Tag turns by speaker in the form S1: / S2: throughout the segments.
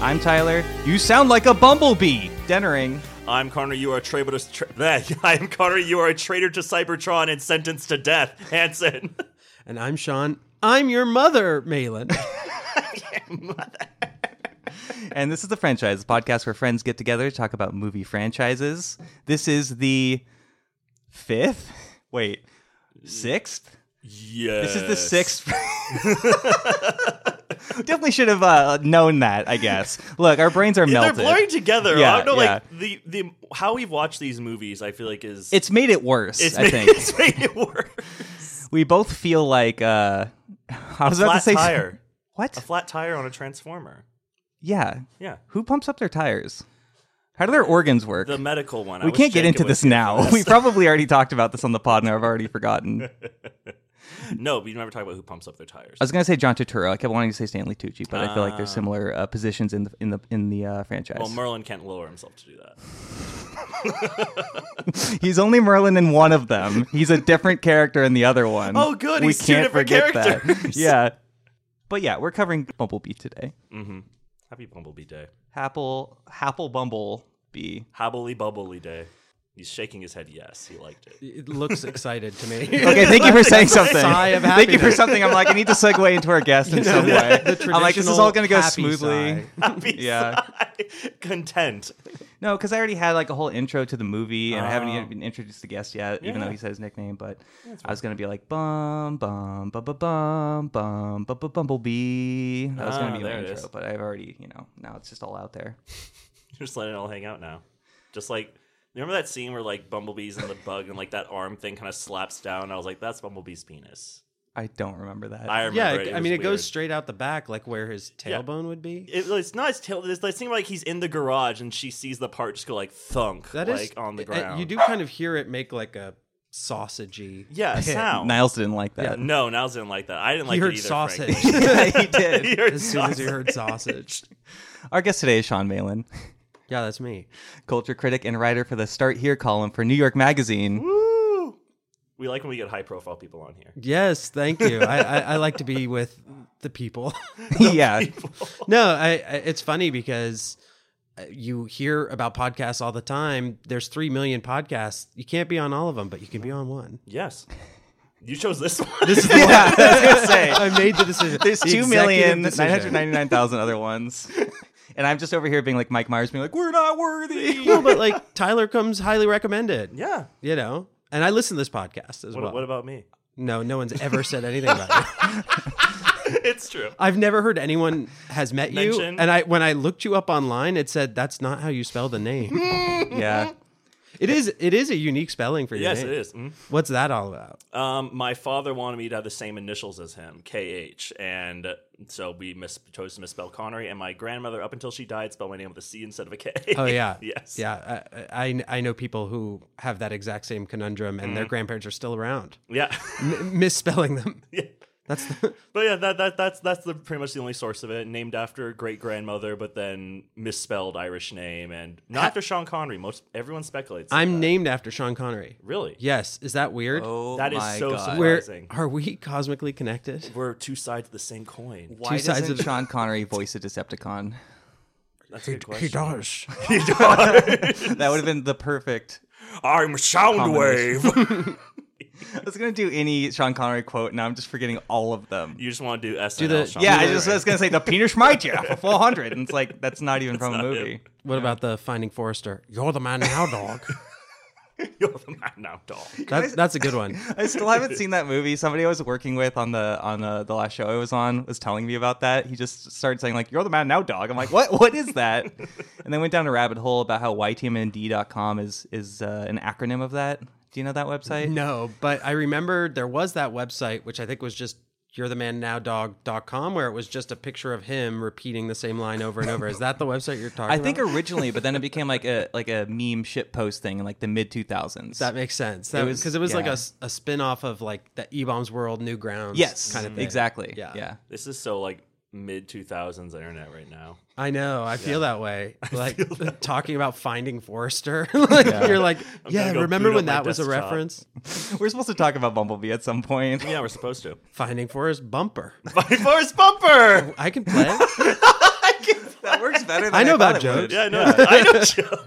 S1: I'm Tyler. You sound like a bumblebee. Dennering.
S2: I'm Connor. You are a traitor. To, tra- bleh. I am Connor. You are a traitor to Cybertron and sentenced to death, Hanson.
S3: And I'm Sean. I'm your mother, Malin.
S1: And this is the franchise, the podcast where friends get together to talk about movie franchises. This is the fifth? Wait, sixth?
S2: Yeah.
S1: This is the sixth. Definitely should have uh, known that, I guess. Look, our brains are
S2: They're
S1: melted.
S2: blurring together.
S1: Yeah,
S2: I don't know,
S1: yeah.
S2: like the the how we've watched these movies. I feel like is
S1: It's made it worse,
S2: it's
S1: I
S2: made,
S1: think.
S2: it's made it worse.
S1: we both feel like uh I was about to
S2: Flat
S1: say
S2: tire, a
S1: What?
S2: flat tire on a transformer.
S1: Yeah.
S2: Yeah,
S1: Who pumps up their tires? How do their organs work?
S2: the medical one. I
S1: we
S2: was
S1: can't get
S2: joking
S1: into
S2: with
S1: this
S2: you.
S1: now. We probably already talked about this on the pod and I've already forgotten. I
S2: no, but you never talk about who pumps up their tires.
S1: was going to say John Turturro. I kept wanting to say Stanley Tucci, but I feel like there's similar uh, positions in the in the in the uh, franchise.
S2: Ah. Well, Merlin can't lower himself to do that.
S1: He's only Merlin in one of them. He's a different character in the other one.
S2: Oh, good.
S1: We
S2: He's two
S1: can't
S2: different
S1: forget That.
S2: characters.
S1: Yeah. But yeah, we're covering Bumblebee today.
S2: Happy Bumblebee Day,
S1: Happle Happle Bumblebee.
S2: Hobbly Bubbly Day. He's shaking his head. Yes, he liked it.
S3: it looks excited to me.
S1: Okay, thank you for saying something.
S3: Sigh of
S1: thank you for
S3: happiness.
S1: something. I'm like, I need to segue into our guest in some way. I'm like, this is all going to go
S3: traditional
S1: smoothly.
S3: happy
S2: Happy
S1: Yeah.
S2: sigh. Content.
S1: No, because I already had like a whole intro to the movie, and I haven't even been introduced to guest yet, even though
S2: Oh. Yeah.
S1: he said his nickname. But I was gonna be like bum bum bum bum bum bum bum bum bumblebee. That was gonna
S2: Ah,
S1: be my
S2: there it
S1: intro,
S2: is.
S1: but I've already, you know, now it's just all out there.
S2: Just let it all hang out now. Just like you remember that scene where like Bumblebee's in the bug and like that arm thing kind of slaps down. I was like, that's Bumblebee's penis.
S1: I don't remember that.
S2: I remember.
S3: Yeah,
S2: it. It
S3: I
S2: was
S3: mean, it
S2: weird.
S3: goes straight out the back, like where his tailbone would be.
S2: It, it's not his tail. It's like seems like he's in the garage and she sees the part just go like thunk,
S3: That is
S2: like on the
S3: uh,
S2: ground.
S3: You do kind of hear it make like a sausagey.
S2: yeah,
S3: pit.
S2: sound.
S1: Niles didn't like that.
S2: No, Niles didn't like that. I didn't
S3: He
S2: like
S3: heard
S2: it either.
S3: sausage
S2: frankly.
S1: he
S2: He
S1: did.
S2: heard
S3: as soon as he
S2: sausage.
S3: heard sausage.
S1: Our guest today is Sean Malin,
S3: Yeah, that's me.
S1: culture critic and writer for the Start Here column for New York Magazine.
S2: Woo! We like when we get high profile people on here.
S3: Yes, thank you. I, I, I like to be with the people.
S1: yeah,
S3: no, I, I it's funny because uh, you hear about podcasts all the time. There's 3 million podcasts. You can't be on all of them, but you can be on one.
S2: Yes. You chose this one.
S3: This is the
S1: yeah. I was gonna say.
S3: I made the decision.
S1: There's
S3: The
S1: two
S3: executive
S1: million nine hundred
S3: decision.
S1: ninety-nine thousand other ones, and I'm just over here being like Mike Myers, being like, "We're not worthy."
S3: No, but like Tyler comes highly recommended.
S2: yeah.
S3: You know? And I listen to this podcast as
S2: What,
S3: well.
S2: what about me?
S3: no, no one's ever said anything about it.
S2: It's true.
S3: I've never heard anyone has met you.
S2: Mention.
S3: And I when I looked you up online, it said that's not how you spell the name.
S1: yeah,
S3: it is it is a unique spelling for your
S2: Yes,
S3: name.
S2: it is. Mm.
S3: What's that all about?
S2: Um, my father wanted me to have the same initials as him, KH, and so we mis- chose to misspell Connery. And my grandmother, up until she died, spelled my name with a C instead of a K.
S3: Oh yeah.
S2: yes,
S3: Yeah. I, I I know people who have that exact same conundrum and their
S2: Mm.
S3: grandparents are still around.
S2: yeah.
S3: M- misspelling them.
S2: Yeah.
S3: That's the,
S2: But yeah, that, that that's that's the pretty much the only source of it. Named after great grandmother, but then misspelled Irish name, and not after Sean Connery. Most everyone speculates.
S3: I'm named after Sean Connery.
S2: really
S3: Yes. Is that weird?
S1: oh
S2: That is so surprising.
S3: Where
S2: amazing.
S3: are we cosmically connected?
S2: we're two sides of the same coin.
S1: Why
S3: Two sides
S1: doesn't
S3: of-
S1: Sean Connery voice a Decepticon?
S2: That's a good question.
S3: does.
S1: That would have been the perfect.
S2: I'm Soundwave.
S1: I was gonna do any Sean Connery quote, now I'm just forgetting all of them.
S2: you just want to do SNL.
S3: the-
S2: Sean
S1: Yeah, I
S2: Connery.
S1: just was gonna say the penis might you for 400, and it's like that's not even from a movie.
S2: it.
S3: What about the Finding Forrester? You're the man now, dog.
S2: You're the man now, doll.
S3: That, that's a good one.
S1: I still haven't seen that movie. Somebody I was working with on the on uh, the, the last show I was on was telling me about that. He just started saying like, "You're the man now, dog." I'm like, "What? What is that?" and then went down a rabbit hole about how ytmnd.com is is uh, an acronym of that. Do you know that website?
S3: No, but I remember there was that website, which I think was just you're the man now dog.com, where it was just a picture of him repeating the same line over and over. Is that the website you're talking
S1: I think
S3: about?
S1: originally, but then it became like a like a meme shit post thing in like the mid 2000s.
S3: that makes sense. That
S1: was-
S3: because it was like
S1: yeah.
S3: a, s- a spin off of like the E Bombs World Newgrounds
S1: yes,
S3: kind of thing.
S1: exactly.
S3: Yeah.
S1: yeah.
S2: This is so like mid 2000s internet right now.
S3: I know. I feel that way. Like talking about finding Forrester. like you're like, yeah,
S2: go
S3: remember
S2: boot
S3: when
S2: up my
S3: that was a
S2: desktop."
S3: reference?
S1: We're supposed to talk about Bumblebee at some point.
S2: Yeah, we're supposed to.
S3: Finding Forrest bumper.
S2: By Forrest Bumper.
S3: I can play it.
S1: that works better than
S3: I know
S1: thought
S3: about
S1: it would.
S3: jokes.
S2: Yeah, I know. I know. Joe.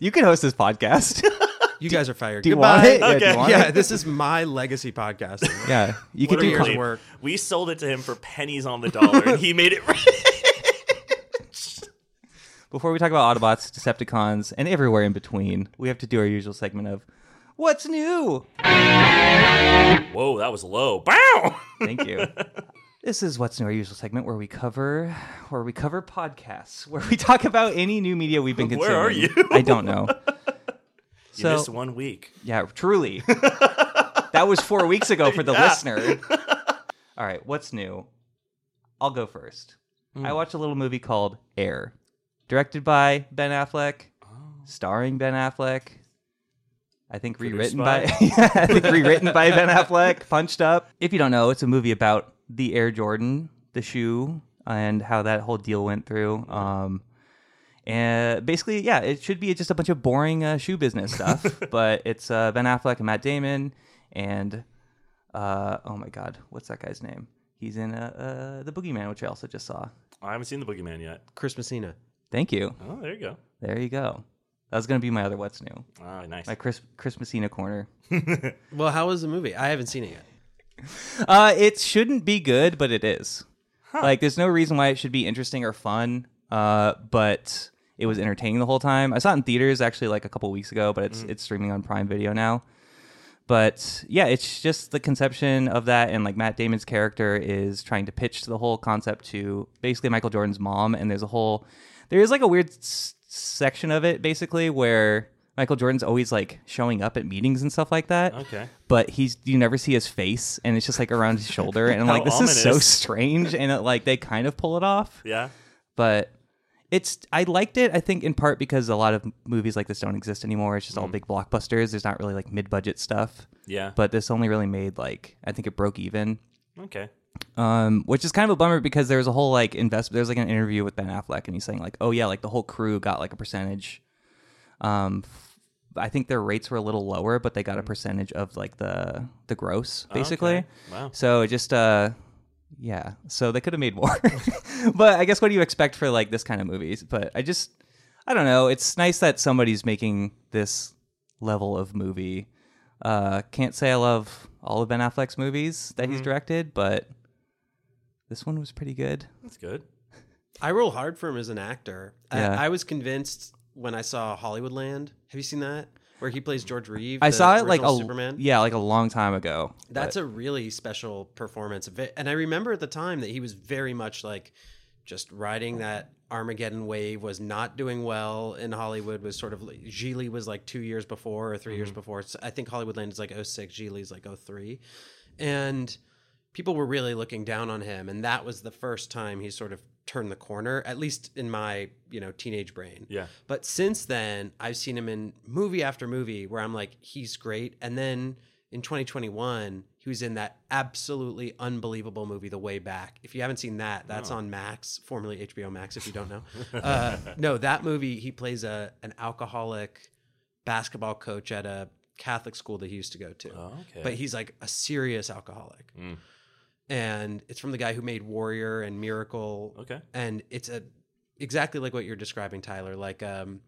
S1: You can host this podcast.
S3: You guys are fired.
S1: Do you
S3: Goodbye.
S1: want it? Yeah, do
S2: Okay.
S1: you want
S3: Yeah,
S1: it?
S3: this is my legacy podcast.
S1: yeah. You
S2: What
S1: could
S2: a
S1: do
S3: do years
S2: relief.
S1: co-
S3: of work.
S2: We sold it to him for pennies on the dollar, and he made it. rich.
S1: before we talk about Autobots, Decepticons, and everywhere in between. We have to do our usual segment of what's new.
S2: Whoa, that was low. Bow.
S1: Thank you. This is what's new, our usual segment where we cover where we cover podcasts, where we talk about any new media we've been consuming.
S2: Where are you?
S1: I don't know.
S2: you missed one week.
S1: Yeah, truly. that was four weeks ago for the listener. All right, what's new? I'll go first. I watched a little movie called Air, directed by Ben Affleck, starring Ben Affleck. I think
S2: Produced
S1: rewritten
S2: by-
S1: by, yeah, I think rewritten by Ben Affleck, punched up. If you don't know, it's a movie about the Air Jordan, the shoe, and how that whole deal went through. Um, and basically, yeah, it should be just a bunch of boring uh, shoe business stuff. but it's uh, Ben Affleck and Matt Damon, and uh, oh my God, what's that guy's name? He's in uh, uh, the Boogeyman, which I also just saw.
S2: I haven't seen the Boogeyman yet.
S3: Chris Messina.
S1: Thank you.
S2: Oh, there you go.
S1: There you go. That was gonna be my other what's new,
S2: Ah, nice.
S1: my Chris Chris Messina corner.
S3: Well, how was the movie? I haven't seen it yet.
S1: Uh, it shouldn't be good, but it is. Like, there's no reason why it should be interesting or fun. Uh, but it was entertaining the whole time. I saw it in theaters actually like a couple weeks ago, but it's it's streaming on Prime Video now. But yeah, it's just the conception of that, and like Matt Damon's character is trying to pitch the whole concept to basically Michael Jordan's mom, and there's a whole there is like a weird s- section of it basically where Michael Jordan's always like showing up at meetings and stuff like that
S2: Okay.
S1: but he's you never see his face and it's just like around his shoulder and I'm
S2: How
S1: like this is so
S2: ominous.
S1: strange and it, like they kind of pull it off
S2: Yeah.
S1: but it's I liked it I think in part because a lot of movies like this don't exist anymore it's just
S2: Mm.
S1: all big blockbusters there's not really like mid-budget stuff
S2: Yeah.
S1: but this only really made like I think it broke even
S2: okay.
S1: um, which is kind of a bummer because there was a whole like investment. There was like an interview with Ben Affleck, and he's saying like, "Oh yeah, like the whole crew got like a percentage." Um, f- I think their rates were a little lower, but they got a percentage of like the the gross basically.
S2: Okay. Wow.
S1: So it just uh, yeah. So they could have made more, but I guess what do you expect for like this kind of movies? But I just I don't know. It's nice that somebody's making this level of movie. Uh, can't say I love all of Ben Affleck's movies that he's directed, but this one was pretty good.
S2: That's good.
S3: I roll hard for him as an actor.
S1: Yeah.
S3: I, I was convinced when I saw Hollywoodland. Have you seen that? Where he plays George Reeve.
S1: I
S3: the
S1: saw it like
S3: original
S1: a
S3: Superman.
S1: yeah, like a long time ago.
S3: That's a really special performance. Ve- And I remember at the time that he was very much like just riding that Armageddon wave, was not doing well in Hollywood, was sort of like- Gigli was like two years before or 3 years before. So I think Hollywoodland is like 06, Gigli's like 03. And people were really looking down on him. And that was the first time he sort of turned the corner, at least in my, you know, teenage brain.
S2: Yeah.
S3: But since then, I've seen him in movie after movie where I'm like, he's great. And then in 2021, he was in that absolutely unbelievable movie, The Way Back. If you haven't seen that, that's on Max, formerly HBO Max, if you don't know. uh, no, that movie, he plays a an alcoholic basketball coach at a Catholic school that he used to go to.
S2: Okay.
S3: But he's like a serious alcoholic.
S2: Oh, Mm.
S3: And it's from the guy who made Warrior and Miracle
S2: okay.
S3: and it's a exactly like what you're describing tyler like um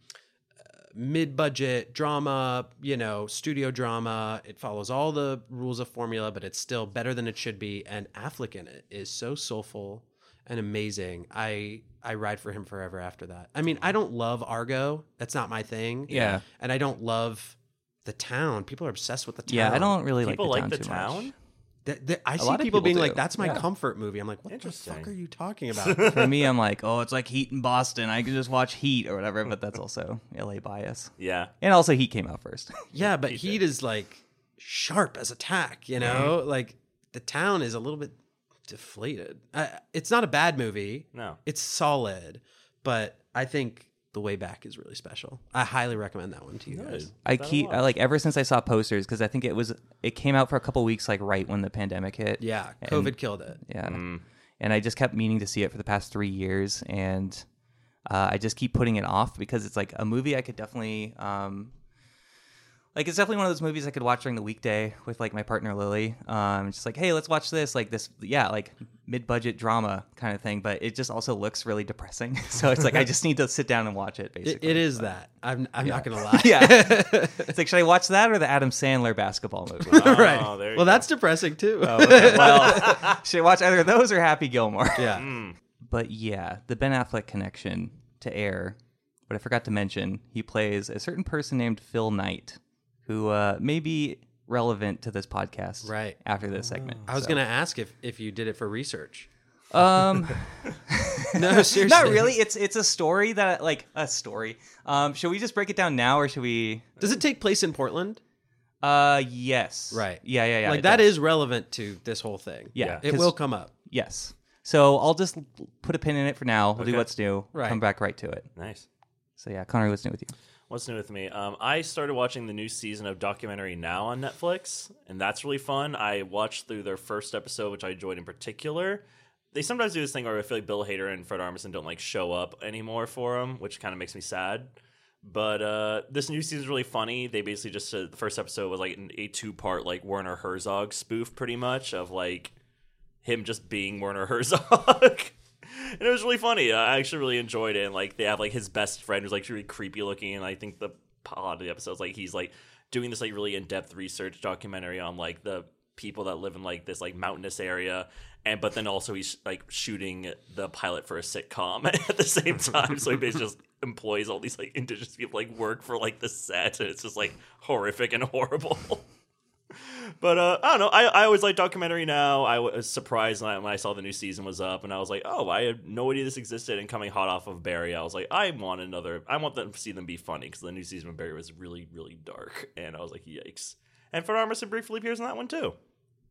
S3: uh, mid-budget drama you know studio drama it follows all the rules of formula but it's still better than it should be and affleck in it is so soulful and amazing i i ride for him forever after that i mean i don't love argo that's not my thing
S1: Yeah.
S3: and i don't love the town people are obsessed with the town
S1: yeah, I don't really
S2: People
S1: like
S2: like
S1: the town
S2: the
S1: too
S2: town.
S1: much.
S3: Th- th- i see
S1: lot
S3: people,
S1: of people
S3: being
S1: do.
S3: like that's my
S1: Yeah.
S3: comfort movie i'm like what the
S2: Interesting.
S3: fuck are you talking about
S1: For me, I'm like, oh, it's like Heat in Boston. I could just watch Heat or whatever, but that's also LA bias.
S2: Yeah.
S1: And also, Heat came out first.
S3: Yeah, but heat is like sharp as a tack, you know? Like the town is a little bit deflated. Uh, it's not a bad movie.
S2: No.
S3: It's solid, but I think The Way Back is really special. I highly recommend that one to you guys.
S1: I keep I like ever since I saw posters because I think it was it came out for a couple weeks like right when the pandemic hit.
S3: Yeah, COVID killed it.
S1: Yeah. And I just kept meaning to see it for the past three years, and uh, I just keep putting it off because it's like a movie I could definitely um, Like it's definitely one of those movies I could watch during the weekday with like my partner Lily. Um, just like, hey, let's watch this. Like this, yeah, like mid-budget drama kind of thing. But it just also looks really depressing. so it's like I just need to sit down and watch it.
S3: It,
S1: Basically,
S3: it is that. I'm I'm not gonna lie.
S1: yeah. it's like, should I watch that or the Adam Sandler basketball movie?
S3: right.
S2: Oh, there you go.
S3: well, that's depressing too.
S1: Oh, well, should I watch either of those or Happy Gilmore?
S3: yeah.
S1: But yeah, the Ben Affleck connection to Air. But I forgot to mention, he plays a certain person named Phil Knight, who uh, may be relevant to this podcast
S3: Right. Oh.
S1: after this segment.
S3: I was gonna ask if if you did it for research.
S1: Um,
S3: No, seriously.
S1: not really. It's it's a story that like a story. Um, should we just break it down now, or should we?
S3: Does it take place in Portland?
S1: Uh, yes.
S3: Right.
S1: Yeah, yeah, yeah.
S3: like
S1: that is.
S3: that is relevant to this whole thing.
S1: Yeah,
S3: It
S1: 'cause-
S3: will come up.
S1: Yes. So I'll just l- put a pin in it for now. We'll do
S2: Okay.
S1: what's new.
S3: Right.
S1: Come back right to it.
S2: Nice.
S1: So yeah, Connor, what's new with you?
S2: What's new with me? Um, I started watching the new season of Documentary Now on Netflix, and that's really fun. I watched through their first episode, which I enjoyed in particular. They sometimes do this thing where I feel like Bill Hader and Fred Armisen don't like show up anymore for them, which kind of makes me sad. But uh, this new season's really funny. They basically just uh, the first episode was like an, a two part like Werner Herzog spoof, pretty much of like him just being Werner Herzog. and it was really funny. I actually really enjoyed it. And like they have like his best friend who's like really creepy looking. And I think the pod of the episode is like he's like doing this like really in depth research documentary on like the people that live in like this like mountainous area. And but then also he's like shooting the pilot for a sitcom at the same time. so he basically just employs all these like indigenous people like work for like the set and it's just like horrific and horrible. But uh, I don't know. I, I always like documentary now. I was surprised when I, when I saw the new season was up, and I was like, oh, I had no idea this existed. And coming hot off of Barry, I was like, I want another. I want them to see them be funny because the new season of Barry was really, really dark, and I was like, yikes. And Fred Armisen briefly appears in that one too.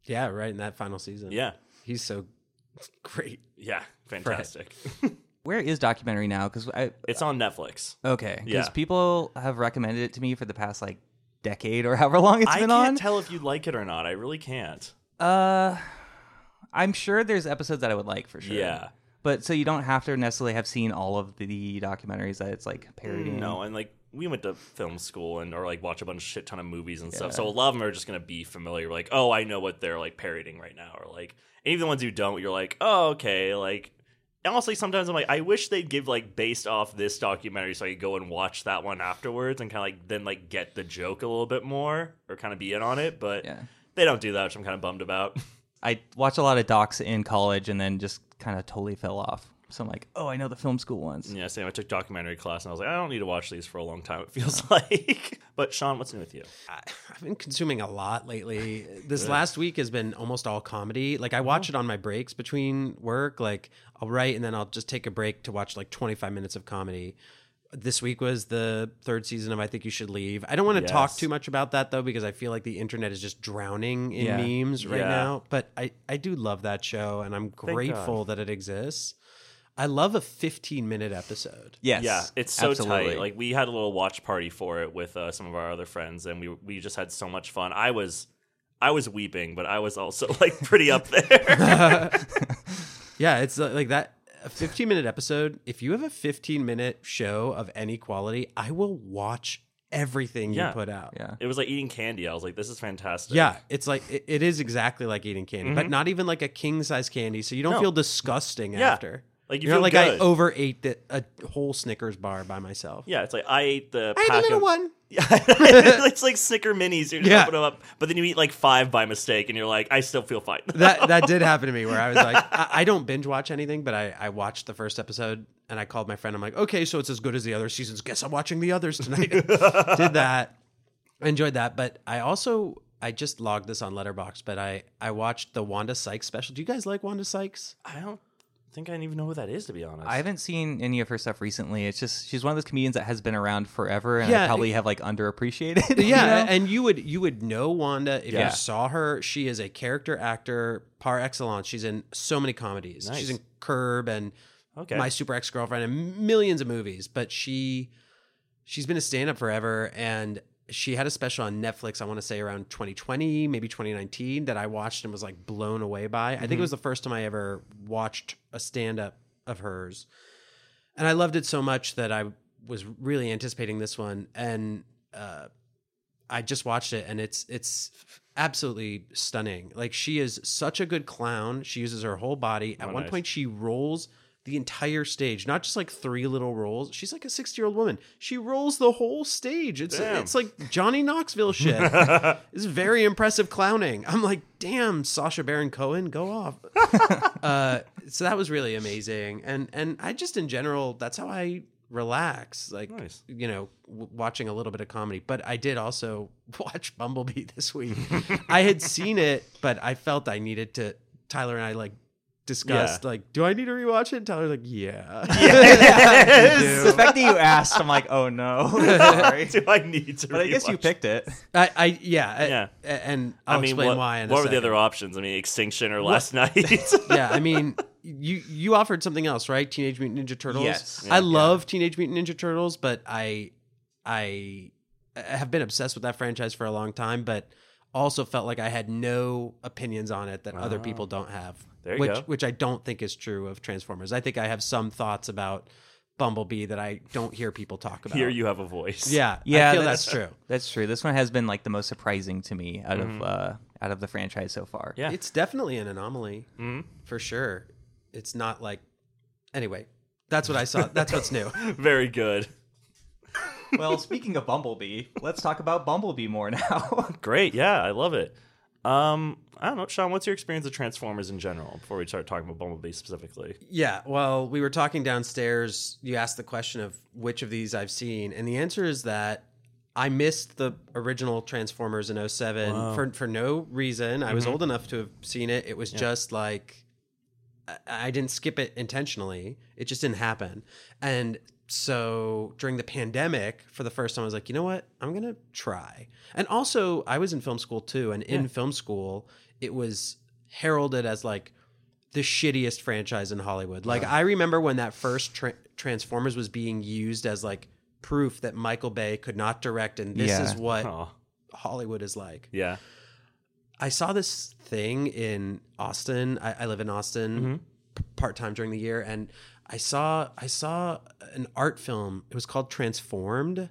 S3: Yeah, right in that final season.
S2: Yeah,
S3: He's so great.
S2: yeah, fantastic.
S1: Where is documentary now? Because I
S2: it's on Netflix.
S1: okay, because
S2: Yeah.
S1: people have recommended it to me for the past like decade or however long it's
S2: I
S1: been
S2: can't
S1: on.
S2: tell if you like it or not. I really can't.
S1: uh, I'm sure there's episodes that I would like for sure.
S2: Yeah.
S1: But so you don't have to necessarily have seen all of the documentaries that it's like parodying.
S2: No, and like we went to film school and or like watch a bunch of shit ton of movies and stuff. So a lot of them are just gonna be familiar. Like, oh, I know what they're like parodying right now, or like and even the ones you don't, you're like, oh, okay, like. and Honestly, sometimes I'm like, I wish they'd give like based off this documentary, so I could go and watch that one afterwards and kind of like then like get the joke a little bit more or kind of be in on it. But
S1: Yeah.
S2: they don't do that, which I'm kind of bummed about.
S1: I watched a lot of docs in college and then just kind of totally fell off. So I'm like, oh, I know the film school ones.
S2: yeah, same. I took documentary class and I was like, I don't need to watch these for a long time. It feels like. but Sean, what's new with you?
S3: I, I've been consuming a lot lately. This last week has been almost all comedy. Like I watch it on my breaks between work. Like I'll write and then I'll just take a break to watch like 25 minutes of comedy. This week was the third season of I Think You Should Leave. I don't want to talk
S2: Yes.
S3: too much about that though because I feel like the internet is just drowning in
S1: Yeah.
S3: memes right
S2: Yeah.
S3: now. But I I do love that show and I'm grateful that it exists. I love a 15 minute episode.
S1: Yes.
S2: Yeah, it's so
S1: absolutely.
S2: tight. Like we had a little watch party for it with uh, some of our other friends, and we we just had so much fun. I was I was weeping, but I was also like pretty up there.
S3: Yeah, it's li- like that. A 15 minute episode, if you have a 15 minute show of any quality, I will watch everything
S2: Yeah.
S3: you put out.
S1: yeah.
S2: it was like eating candy. I was like, this is fantastic.
S3: Yeah, it's like, it, it is exactly like eating candy, but not even like a king size candy. So you don't
S2: Mm-hmm. No.
S3: feel disgusting
S2: Yeah.
S3: after.
S2: Like, you
S3: You're not
S2: feel
S3: like I
S2: good.
S3: overate the, a whole Snickers bar by myself.
S2: yeah. It's like I ate the.
S3: I had a
S2: pack
S3: little
S2: of-
S3: one.
S2: Yeah, it's like Snicker Minis. You just
S3: Yeah.
S2: open them up, but then you eat like five by mistake, and you're like, I still feel fine.
S3: that that did happen to me where I was like, I, I don't binge watch anything, but I, I watched the first episode and I called my friend. I'm like, okay, so it's as good as the other seasons. Guess I'm watching the others tonight. did that, I enjoyed that, but I also I just logged this on Letterbox, but I I watched the Wanda Sykes special. Do you guys like Wanda Sykes?
S2: I don't think I even know who that is, to be honest.
S1: I haven't seen any of her stuff recently. It's just she's one of those comedians that has been around forever and I
S3: Yeah,
S1: probably have like underappreciated. you
S3: Yeah,
S1: know?
S3: and you would you would know Wanda if
S1: Yeah.
S3: you saw her. She is a character actor par excellence. She's in so many comedies.
S2: Nice.
S3: She's in Curb and
S2: okay.
S3: my super ex girlfriend and millions of movies, but she she's been a stand up forever and she had a special on Netflix, I want to say around 2020, maybe 2019, that I watched and was like blown away by. I think it was the first time I ever watched a stand up of hers. And I loved it so much that I was really anticipating this one. And uh, I just watched it and it's it's absolutely stunning. Like she is such a good clown. She uses her whole body. At
S2: Oh,
S3: one
S2: nice.
S3: point she rolls the entire stage, not just like three little rolls. She's like a 60-year-old woman. She rolls the whole stage. It's
S2: Damn.
S3: it's like Johnny Knoxville shit. it's very impressive clowning. I'm like, "Damn, Sasha Baron Cohen, go off." uh, so that was really amazing. And and I just in general, that's how I relax. Like
S2: Nice.
S3: you know, w- watching a little bit of comedy. But I did also watch Bumblebee this week. I had seen it, but I felt I needed to. Tyler and I like discussed like, do I need to rewatch it? And Tyler's like, yeah.
S1: the fact that you asked, I'm like, oh no, sorry.
S2: Do I need to?
S1: But I guess you
S2: rewatch
S1: picked it.
S3: I, I yeah, I-
S2: Yeah.
S3: a- And
S2: I
S3: I'll
S2: mean,
S3: explain
S2: what,
S3: why. In a
S2: what were the
S3: second.
S2: other options? I mean, Extinction or Last Night?
S3: yeah, I mean, you you offered something else, right? Teenage Mutant Ninja Turtles.
S1: Yes.
S3: I love Teenage Mutant Ninja Turtles, but I I I have been obsessed with that franchise for a long time, but also felt like I had no opinions on it that other people don't have.
S2: There you
S3: which
S2: go.
S3: which I don't think is true of Transformers. I think I have some thoughts about Bumblebee that I don't hear people talk about.
S2: Here you have a voice.
S3: yeah,
S1: Yeah,
S3: I feel
S1: that's-
S3: that's true.
S1: That's true. This one has been like the most surprising to me out of uh, out of the franchise so far.
S2: Yeah. Mm-hmm.
S3: It's definitely an anomaly for sure. It's not like anyway. That's what I saw. That's what's new.
S2: Very good.
S1: Well, speaking of Bumblebee, let's talk about Bumblebee more now.
S2: Great. Yeah, I love it. Um, I don't know, Sean. What's your experience of Transformers in general? Before we start talking about Bumblebee specifically,
S3: Yeah, well, we were talking downstairs. You asked the question of which of these I've seen, and the answer is that I missed the original Transformers in 07 for for no reason. I was old enough to have seen it. It was just like I, I didn't skip it intentionally. It just didn't happen. And so during the pandemic, for the first time, I was like, you know what? I'm gonna try. And also, I was in film school too, and in film school, it was heralded as like the shittiest franchise in Hollywood. Like I remember when that first tra- Transformers was being used as like proof that Michael Bay could not direct and this
S1: Yeah.
S3: is what
S2: oh
S3: Hollywood is like.
S2: yeah,
S3: I saw this thing in Austin. I, I live in Austin
S1: Mm-hmm.
S3: part time during the year, and I saw I saw an art film. It was called Transformed.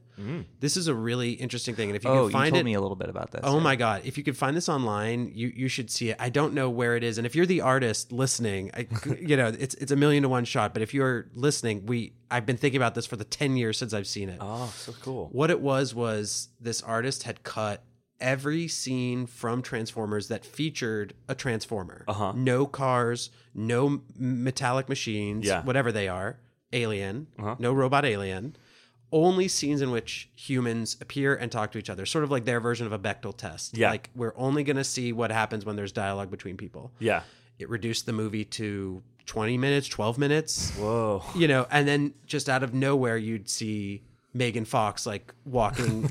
S3: This is a really interesting thing, and if you
S1: Mm. oh,
S3: can
S1: you
S3: find
S1: told
S3: it,
S1: me a little bit about this.
S3: Oh my god! If you could find this online, you you should see it. I don't know where it is, and if you're the artist listening, I, you know it's it's a million to one shot. But if you're listening, we I've been thinking about this for the ten years since I've seen it.
S2: oh, so cool.
S3: What it was was this artist had cut every scene from Transformers that featured a Transformer.
S2: Uh-huh.
S3: No cars, no m- metallic machines,
S2: Yeah.
S3: whatever they are, alien,
S2: Uh-huh.
S3: no robot alien. Only scenes in which humans appear and talk to each other, sort of like their version of a Bechtel test.
S2: Yeah.
S3: Like we're only going to see what happens when there's dialogue between people.
S2: Yeah.
S3: It reduced the movie to 20 minutes, 12 minutes
S2: Whoa.
S3: you know, and then just out of nowhere, you'd see Megan Fox like walking,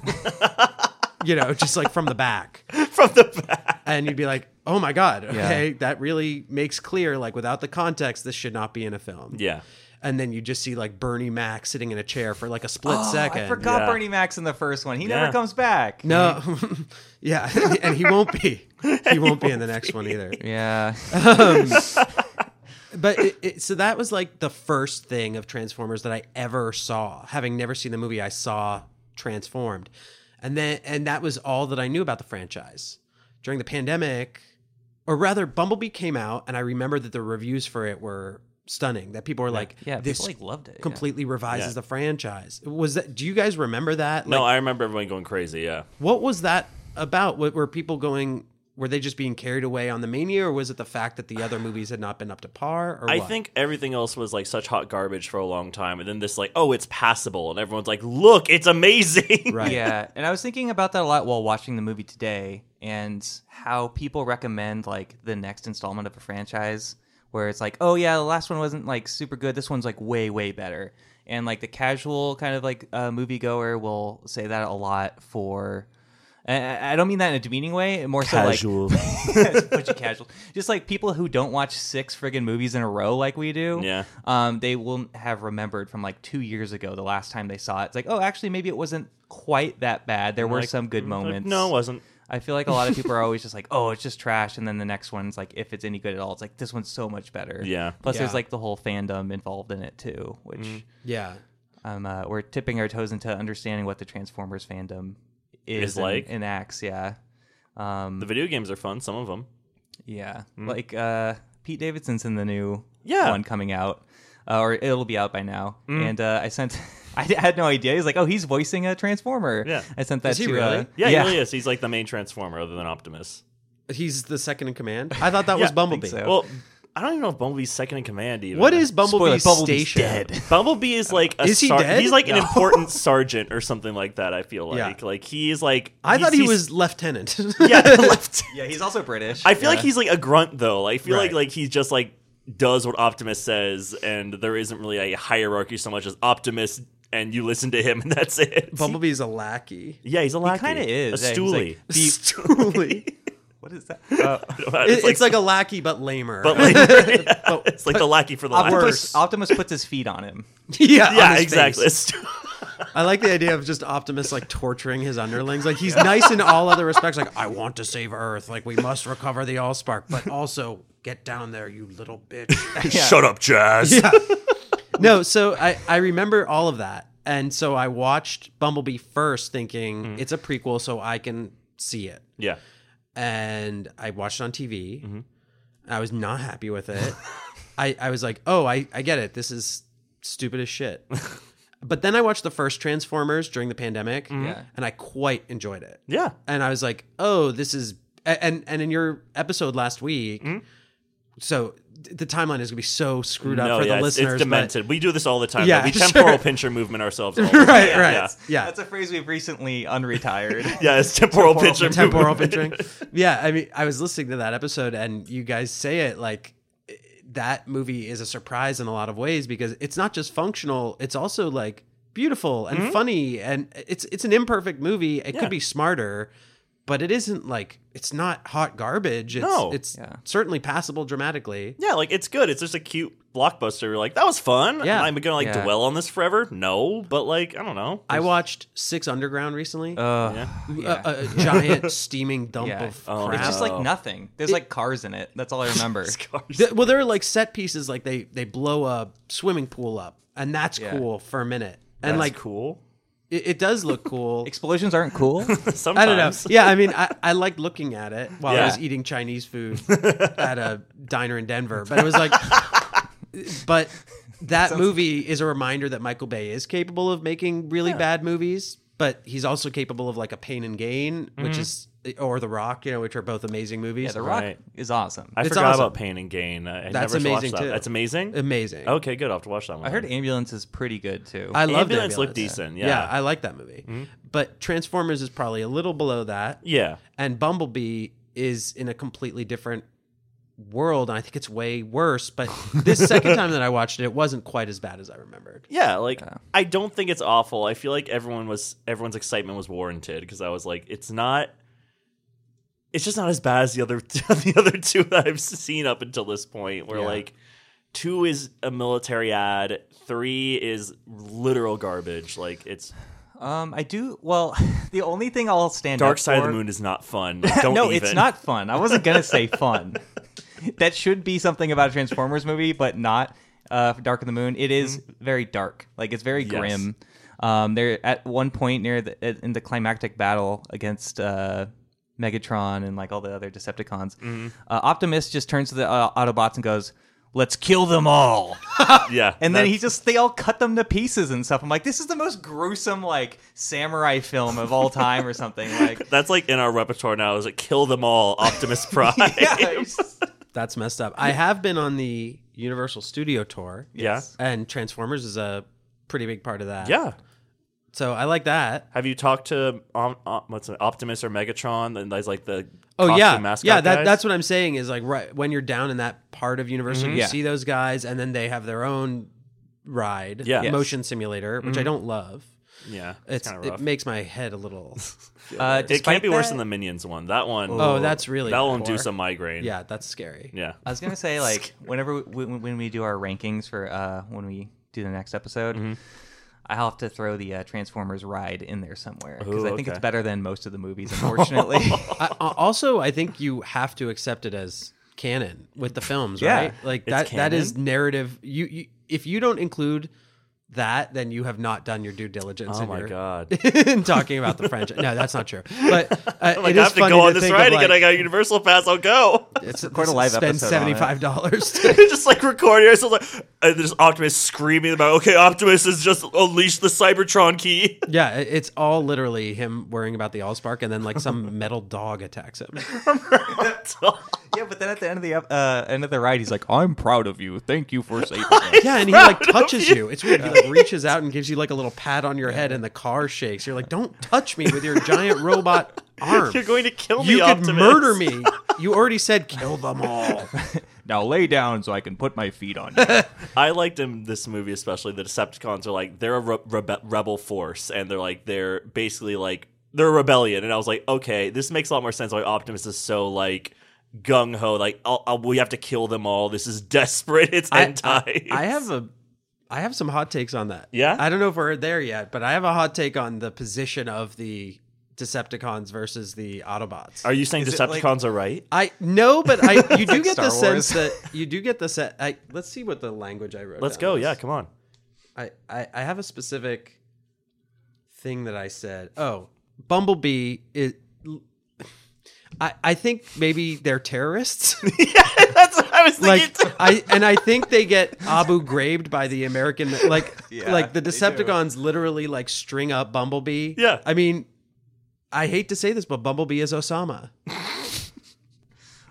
S3: you know, just like from the back, from the back, and you'd be like, "Oh my god, okay, that really makes clear like without the context, this should not be in a film."
S2: Yeah.
S3: and then you just see like Bernie Mac sitting in a chair for like a split
S1: Oh,
S3: second.
S1: I forgot
S2: Yeah.
S1: Bernie Mac's in the first one. He
S2: Yeah.
S1: never comes back.
S3: No, yeah, and he won't be. He won't be in the next one either.
S1: Yeah.
S3: but it, it, so that was like the first thing of Transformers that I ever saw. Having never seen the movie, I saw Transformed, and then and that was all that I knew about the franchise. During the pandemic, or rather, Bumblebee came out, and I remember that the reviews for it were stunning. That people were like,
S1: Yeah,
S3: this
S1: people like loved it. yeah.
S3: completely revises
S2: Yeah.
S3: the franchise." Was that? Do you guys remember that?
S2: No, I remember everyone going crazy. Yeah.
S3: What was that about? What were people going? Were they just being carried away on the mania, or was it the fact that the other movies had not been up to par? Or
S2: I
S3: what?
S2: think everything else was like such hot garbage for a long time, and then this like, oh, it's passable, and everyone's like, look, it's amazing.
S3: right.
S1: yeah and i was thinking about that a lot while watching the movie today and how people recommend like the next installment of a franchise where it's like oh yeah the last one wasn't like super good this one's like way way better and like the casual kind of like uh, moviegoer will say that a lot for I- I I don't mean that in a demeaning way. More so like bunch of casual, just like people who don't watch six friggin' movies in a row like we do
S2: Yeah.
S1: um, they will have remembered from like two years ago the last time they saw it. It's like, oh, actually, maybe it wasn't quite that bad. There were
S2: Like,
S1: some good
S2: like,
S1: moments.
S2: no, it wasn't.
S1: I feel like a lot of people are always just like, oh, it's just trash, and then the next one's like, if it's any good at all, it's like this one's so much better.
S2: Yeah. Mm.
S1: Plus, there's
S3: Yeah.
S1: like the whole fandom involved in it too, which
S3: Yeah.
S1: um, uh, we're tipping our toes into understanding what the Transformers fandom is,
S2: Is
S1: and-
S2: like?
S1: and acts. Yeah, um,
S2: The video games are fun. Some of them.
S1: yeah. Like uh, Pete Davidson's in the new
S2: Mm-hmm. Yeah. Mm.
S1: one coming out, uh, or it'll be out by now. And uh, I sent. I had no idea. He's like, oh, he's voicing a transformer.
S2: Yeah.
S1: I sent that
S3: Is he
S1: to. Uh,
S3: really?
S2: Yeah, he really is. He's like the main transformer, other than Optimus.
S3: He's the second in command. I thought
S2: Yeah,
S3: that
S2: I
S3: was
S2: think
S3: Bumblebee.
S1: so.
S2: Well, I don't even know if Bumblebee's second in command. Even
S3: What is
S1: Spoiler,
S3: Bumblebee's
S1: Bumblebee's
S3: station?
S1: dead.
S2: Bumblebee is like a
S3: Is he
S2: sar-
S3: dead?
S2: he's like an
S3: No.
S2: important sergeant or something like that. I feel like
S3: Yeah.
S2: like he is like
S3: I
S2: he's-
S3: thought he
S2: he's-
S3: was lieutenant.
S2: yeah left.
S1: Yeah, he's also British.
S2: I feel like
S1: Yeah.
S2: he's like a grunt though. I feel like
S3: Right.
S2: like he's just like does what Optimus says, and there isn't really a hierarchy so much as Optimus, and you listen to him, and that's it.
S3: Bumblebee's a lackey.
S2: yeah, he's a lackey.
S1: kinda is.
S2: a
S1: Yeah, he's
S2: stoolie.
S1: like- Be-
S3: Stoolie.
S1: What is that? Uh,
S3: It- it's like a lackey but lamer.
S2: but like, yeah, it's like the lackey for the lackey.
S1: Optimus, Optimus puts his feet on him.
S3: yeah, on
S2: Yeah,
S3: his
S2: exactly.
S3: face.
S2: A stoo-
S3: I like the idea of just Optimus like torturing his underlings. Like he's nice in all other respects. Like I want to save Earth. Like we must recover the Allspark, but also get down there, you little bitch.
S2: Shut up, Jazz.
S3: yeah. No, so I I remember all of that, and so I watched Bumblebee first, thinking
S2: Hmm.
S3: it's a prequel, so I can see it.
S2: Yeah.
S3: and I watched it on TV.
S2: Mm-hmm.
S3: I was not happy with it. I, I was like, oh, I, I get it. This is stupid as shit. but then I watched the first Transformers during the pandemic,
S2: Mm-hmm.
S1: Yeah.
S3: and I quite enjoyed it.
S2: Yeah.
S3: And I was like, oh, this is. a- And and in your episode last week,
S2: Mm-hmm.
S3: so th- the timeline is going to be so screwed up
S2: No,
S3: for
S2: yeah,
S3: the
S2: it's,
S3: listeners.
S2: it's
S3: but-
S2: demented. We do this all the time.
S3: Yeah,
S2: we
S3: sure.
S2: temporal pincher movement ourselves. All the time.
S3: right,
S2: Yeah,
S3: right.
S2: Yeah.
S3: yeah.
S1: That's a phrase we've recently unretired.
S2: Yeah, it's temporal, pincher
S3: temporal
S2: movement.
S3: pinching. Yeah, I mean, I was listening to that episode, and you guys say it like eh, that movie is a surprise in a lot of ways because it's not just functional; it's also like beautiful and funny, and it's it's an imperfect movie. It
S2: Mm-hmm. Yeah.
S3: could be smarter, but it isn't like it's not hot garbage. It's,
S2: No.
S3: it's
S1: Yeah.
S3: certainly passable dramatically.
S2: Yeah, like it's good. It's just a cute blockbuster. You're like, that was fun.
S3: Yeah.
S2: I'm gonna like
S1: Yeah.
S2: dwell on this forever. No, but like I don't know.
S3: I watched Six Underground recently.
S1: Uh,
S2: Oh, yeah.
S3: a, a- a giant steaming dump
S1: Yeah.
S3: of
S2: Oh,
S3: crap.
S1: It's just
S2: Oh.
S1: like nothing. There's like cars in it. That's all I remember.
S2: Scars.
S3: Th- well, there are like set pieces, like they they blow a swimming pool up, and that's
S1: Yeah.
S3: cool for a minute,
S2: That's
S3: and like
S2: cool.
S3: it, it does look cool.
S1: Explosions aren't cool.
S2: Sometimes.
S3: I don't know. Yeah, I mean, I, I liked looking at it while
S2: Yeah.
S3: I was eating Chinese food at a diner in Denver, but it was like, but that movie is a reminder that Michael Bay is capable of making really bad movies, but he's also capable of like a Pain and Gain, which is or The Rock, you know, which are both amazing movies.
S1: Mm-hmm. yeah, The Rock
S2: Right.
S1: is awesome.
S2: I
S3: It's
S2: forgot
S3: awesome.
S2: about Pain and Gain. I, I
S3: That's
S2: never
S3: amazing,
S2: watched that.
S3: too.
S2: That's amazing.
S3: amazing.
S2: Okay, good. I'll have to watch that one.
S1: I heard Ambulance is pretty good too.
S3: I love
S2: Ambulance looked decent, yeah. Mm-hmm.
S3: I like that movie. But Transformers is probably a little below that,
S2: Yeah.
S3: and Bumblebee is in a completely different world, and I think it's way worse. But this second time that I watched it, it wasn't quite as bad as I remembered.
S2: Yeah, like I don't think it's awful. I feel like everyone was everyone's excitement was warranted because I was like, it's not. It's just not as bad as the other the other two that I've seen up until this point. Where
S3: Yeah.
S2: like two is a military ad, three is literal garbage. Like it's
S1: um, I do. Well, the only thing I'll stand
S2: Dark
S1: up
S2: Side of
S1: for-
S2: the Moon is not fun. Like, don't
S1: no,
S2: even.
S1: it's not fun. I wasn't gonna say fun. that should be something about a Transformers movie, but not uh, Dark of the Moon. It is very dark. Like it's very
S2: Mm-hmm. Yes.
S1: grim. Um, they're at one point near the at- in the climactic battle against uh, Megatron and like all the other Decepticons.
S2: Mm-hmm.
S1: Uh, Optimus just turns to the uh, Autobots and goes, "Let's kill them all."
S2: Yeah,
S1: And then
S2: that's-
S1: he just they all cut them to pieces and stuff. I'm like, this is the most gruesome like samurai film of all time or something. Like,
S2: That's like in our repertoire now. Is like kill them all, Optimus Prime.
S1: yeah, it's-
S3: That's messed up. I have been on the Universal Studio tour,
S2: yeah,
S3: and Transformers is a pretty big part of that.
S2: yeah.
S3: So I like that.
S2: Have you talked to um, uh, what's it, Optimus or Megatron? And there's like the
S3: Oh
S2: costume
S3: yeah,
S2: mascot
S3: yeah. That,
S2: guys?
S3: that's what I'm saying is like right when you're down in that part of Universal,
S2: Mm-hmm.
S3: you
S1: Yeah.
S3: see those guys, and then they have their own ride,
S2: Yeah. Yes.
S3: motion simulator, which I don't love.
S2: yeah. It's,
S3: It's,
S2: kind of rough.
S3: it makes my head a little.
S1: uh,
S2: It
S1: despite
S2: can't be worse
S1: that-
S2: than the Minions one. That one.
S3: oh, that's really
S2: that will
S3: poor.
S2: induce a migraine.
S3: Yeah, that's scary.
S2: yeah.
S1: I was gonna say like whenever we, when, when we do our rankings for uh, when we do the next episode,
S2: Mm-hmm.
S1: I'll have to throw the uh, Transformers ride in there somewhere because
S2: Ooh,
S1: I think it's
S2: okay.
S1: better than most of the movies. Unfortunately,
S3: I, I- also, I think you have to accept it as canon with the films,
S1: Yeah,
S3: right? Like that that is narrative. You, you if you don't include that, then you have not done your due diligence.
S2: Oh
S3: in
S2: my
S3: your-
S2: god!
S3: in talking about the French. No, that's not true. But uh,
S2: I'm like,
S3: it
S2: I
S3: is
S2: have to
S3: funny
S2: go on this
S3: think
S2: ride
S3: of,
S2: again. I
S3: like,
S2: got a Universal Pass. I'll go.
S3: it's
S1: Record a live
S3: spend
S1: episode on it.
S3: seventy-five dollars.
S2: just like record yourself. Like, and there's Optimus screaming about, okay, Optimus has just unleashed the Cybertron key.
S3: yeah, i- it's all literally him worrying about the Allspark, and then like some metal dog attacks him.
S1: Yeah, but then at the end of the ep- uh, end of the ride, he's like, "I'm proud of you. Thank you for saving us."
S3: Yeah, and he
S2: proud
S3: like
S2: of
S3: touches
S2: you.
S3: you. It's weird. He like reaches out and gives you like a little pat on your head, and the car shakes. You're like, "Don't touch me with your giant robot arm.
S2: You're going to kill me,
S3: You could
S2: Optimus.
S3: murder me. You already said kill them all."
S1: Now lay down so I can put my feet on you.
S2: I liked in this movie especially the Decepticons are like they're a re- rebe- rebel force and they're like they're basically like they're a rebellion and I was like okay this makes a lot more sense why Optimus is so like gung ho like I'll, I'll, we have to kill them all this is desperate it's end time
S3: I have a I have some hot takes on that.
S2: Yeah?
S3: I don't know if we're there yet, but I have a hot take on the position of the Decepticons versus the Autobots.
S2: are you saying
S1: Is it like-
S2: Decepticons are right
S3: I no, but I you do
S1: like
S3: get the
S1: Star Wars.
S3: sense that you do get the set. I, let's see what the language I wrote.
S2: let's
S3: down
S2: go
S3: was.
S2: yeah come on
S3: I, I I have a specific thing that I said. Oh, Bumblebee is. I, I think maybe they're terrorists.
S2: that's what I was
S3: like I and I think they get Abu Graved by the American like
S1: Yeah,
S3: like the
S1: they do.
S3: Decepticons literally like string up Bumblebee.
S2: Yeah.
S3: I mean, I hate to say this, but Bumblebee is Osama.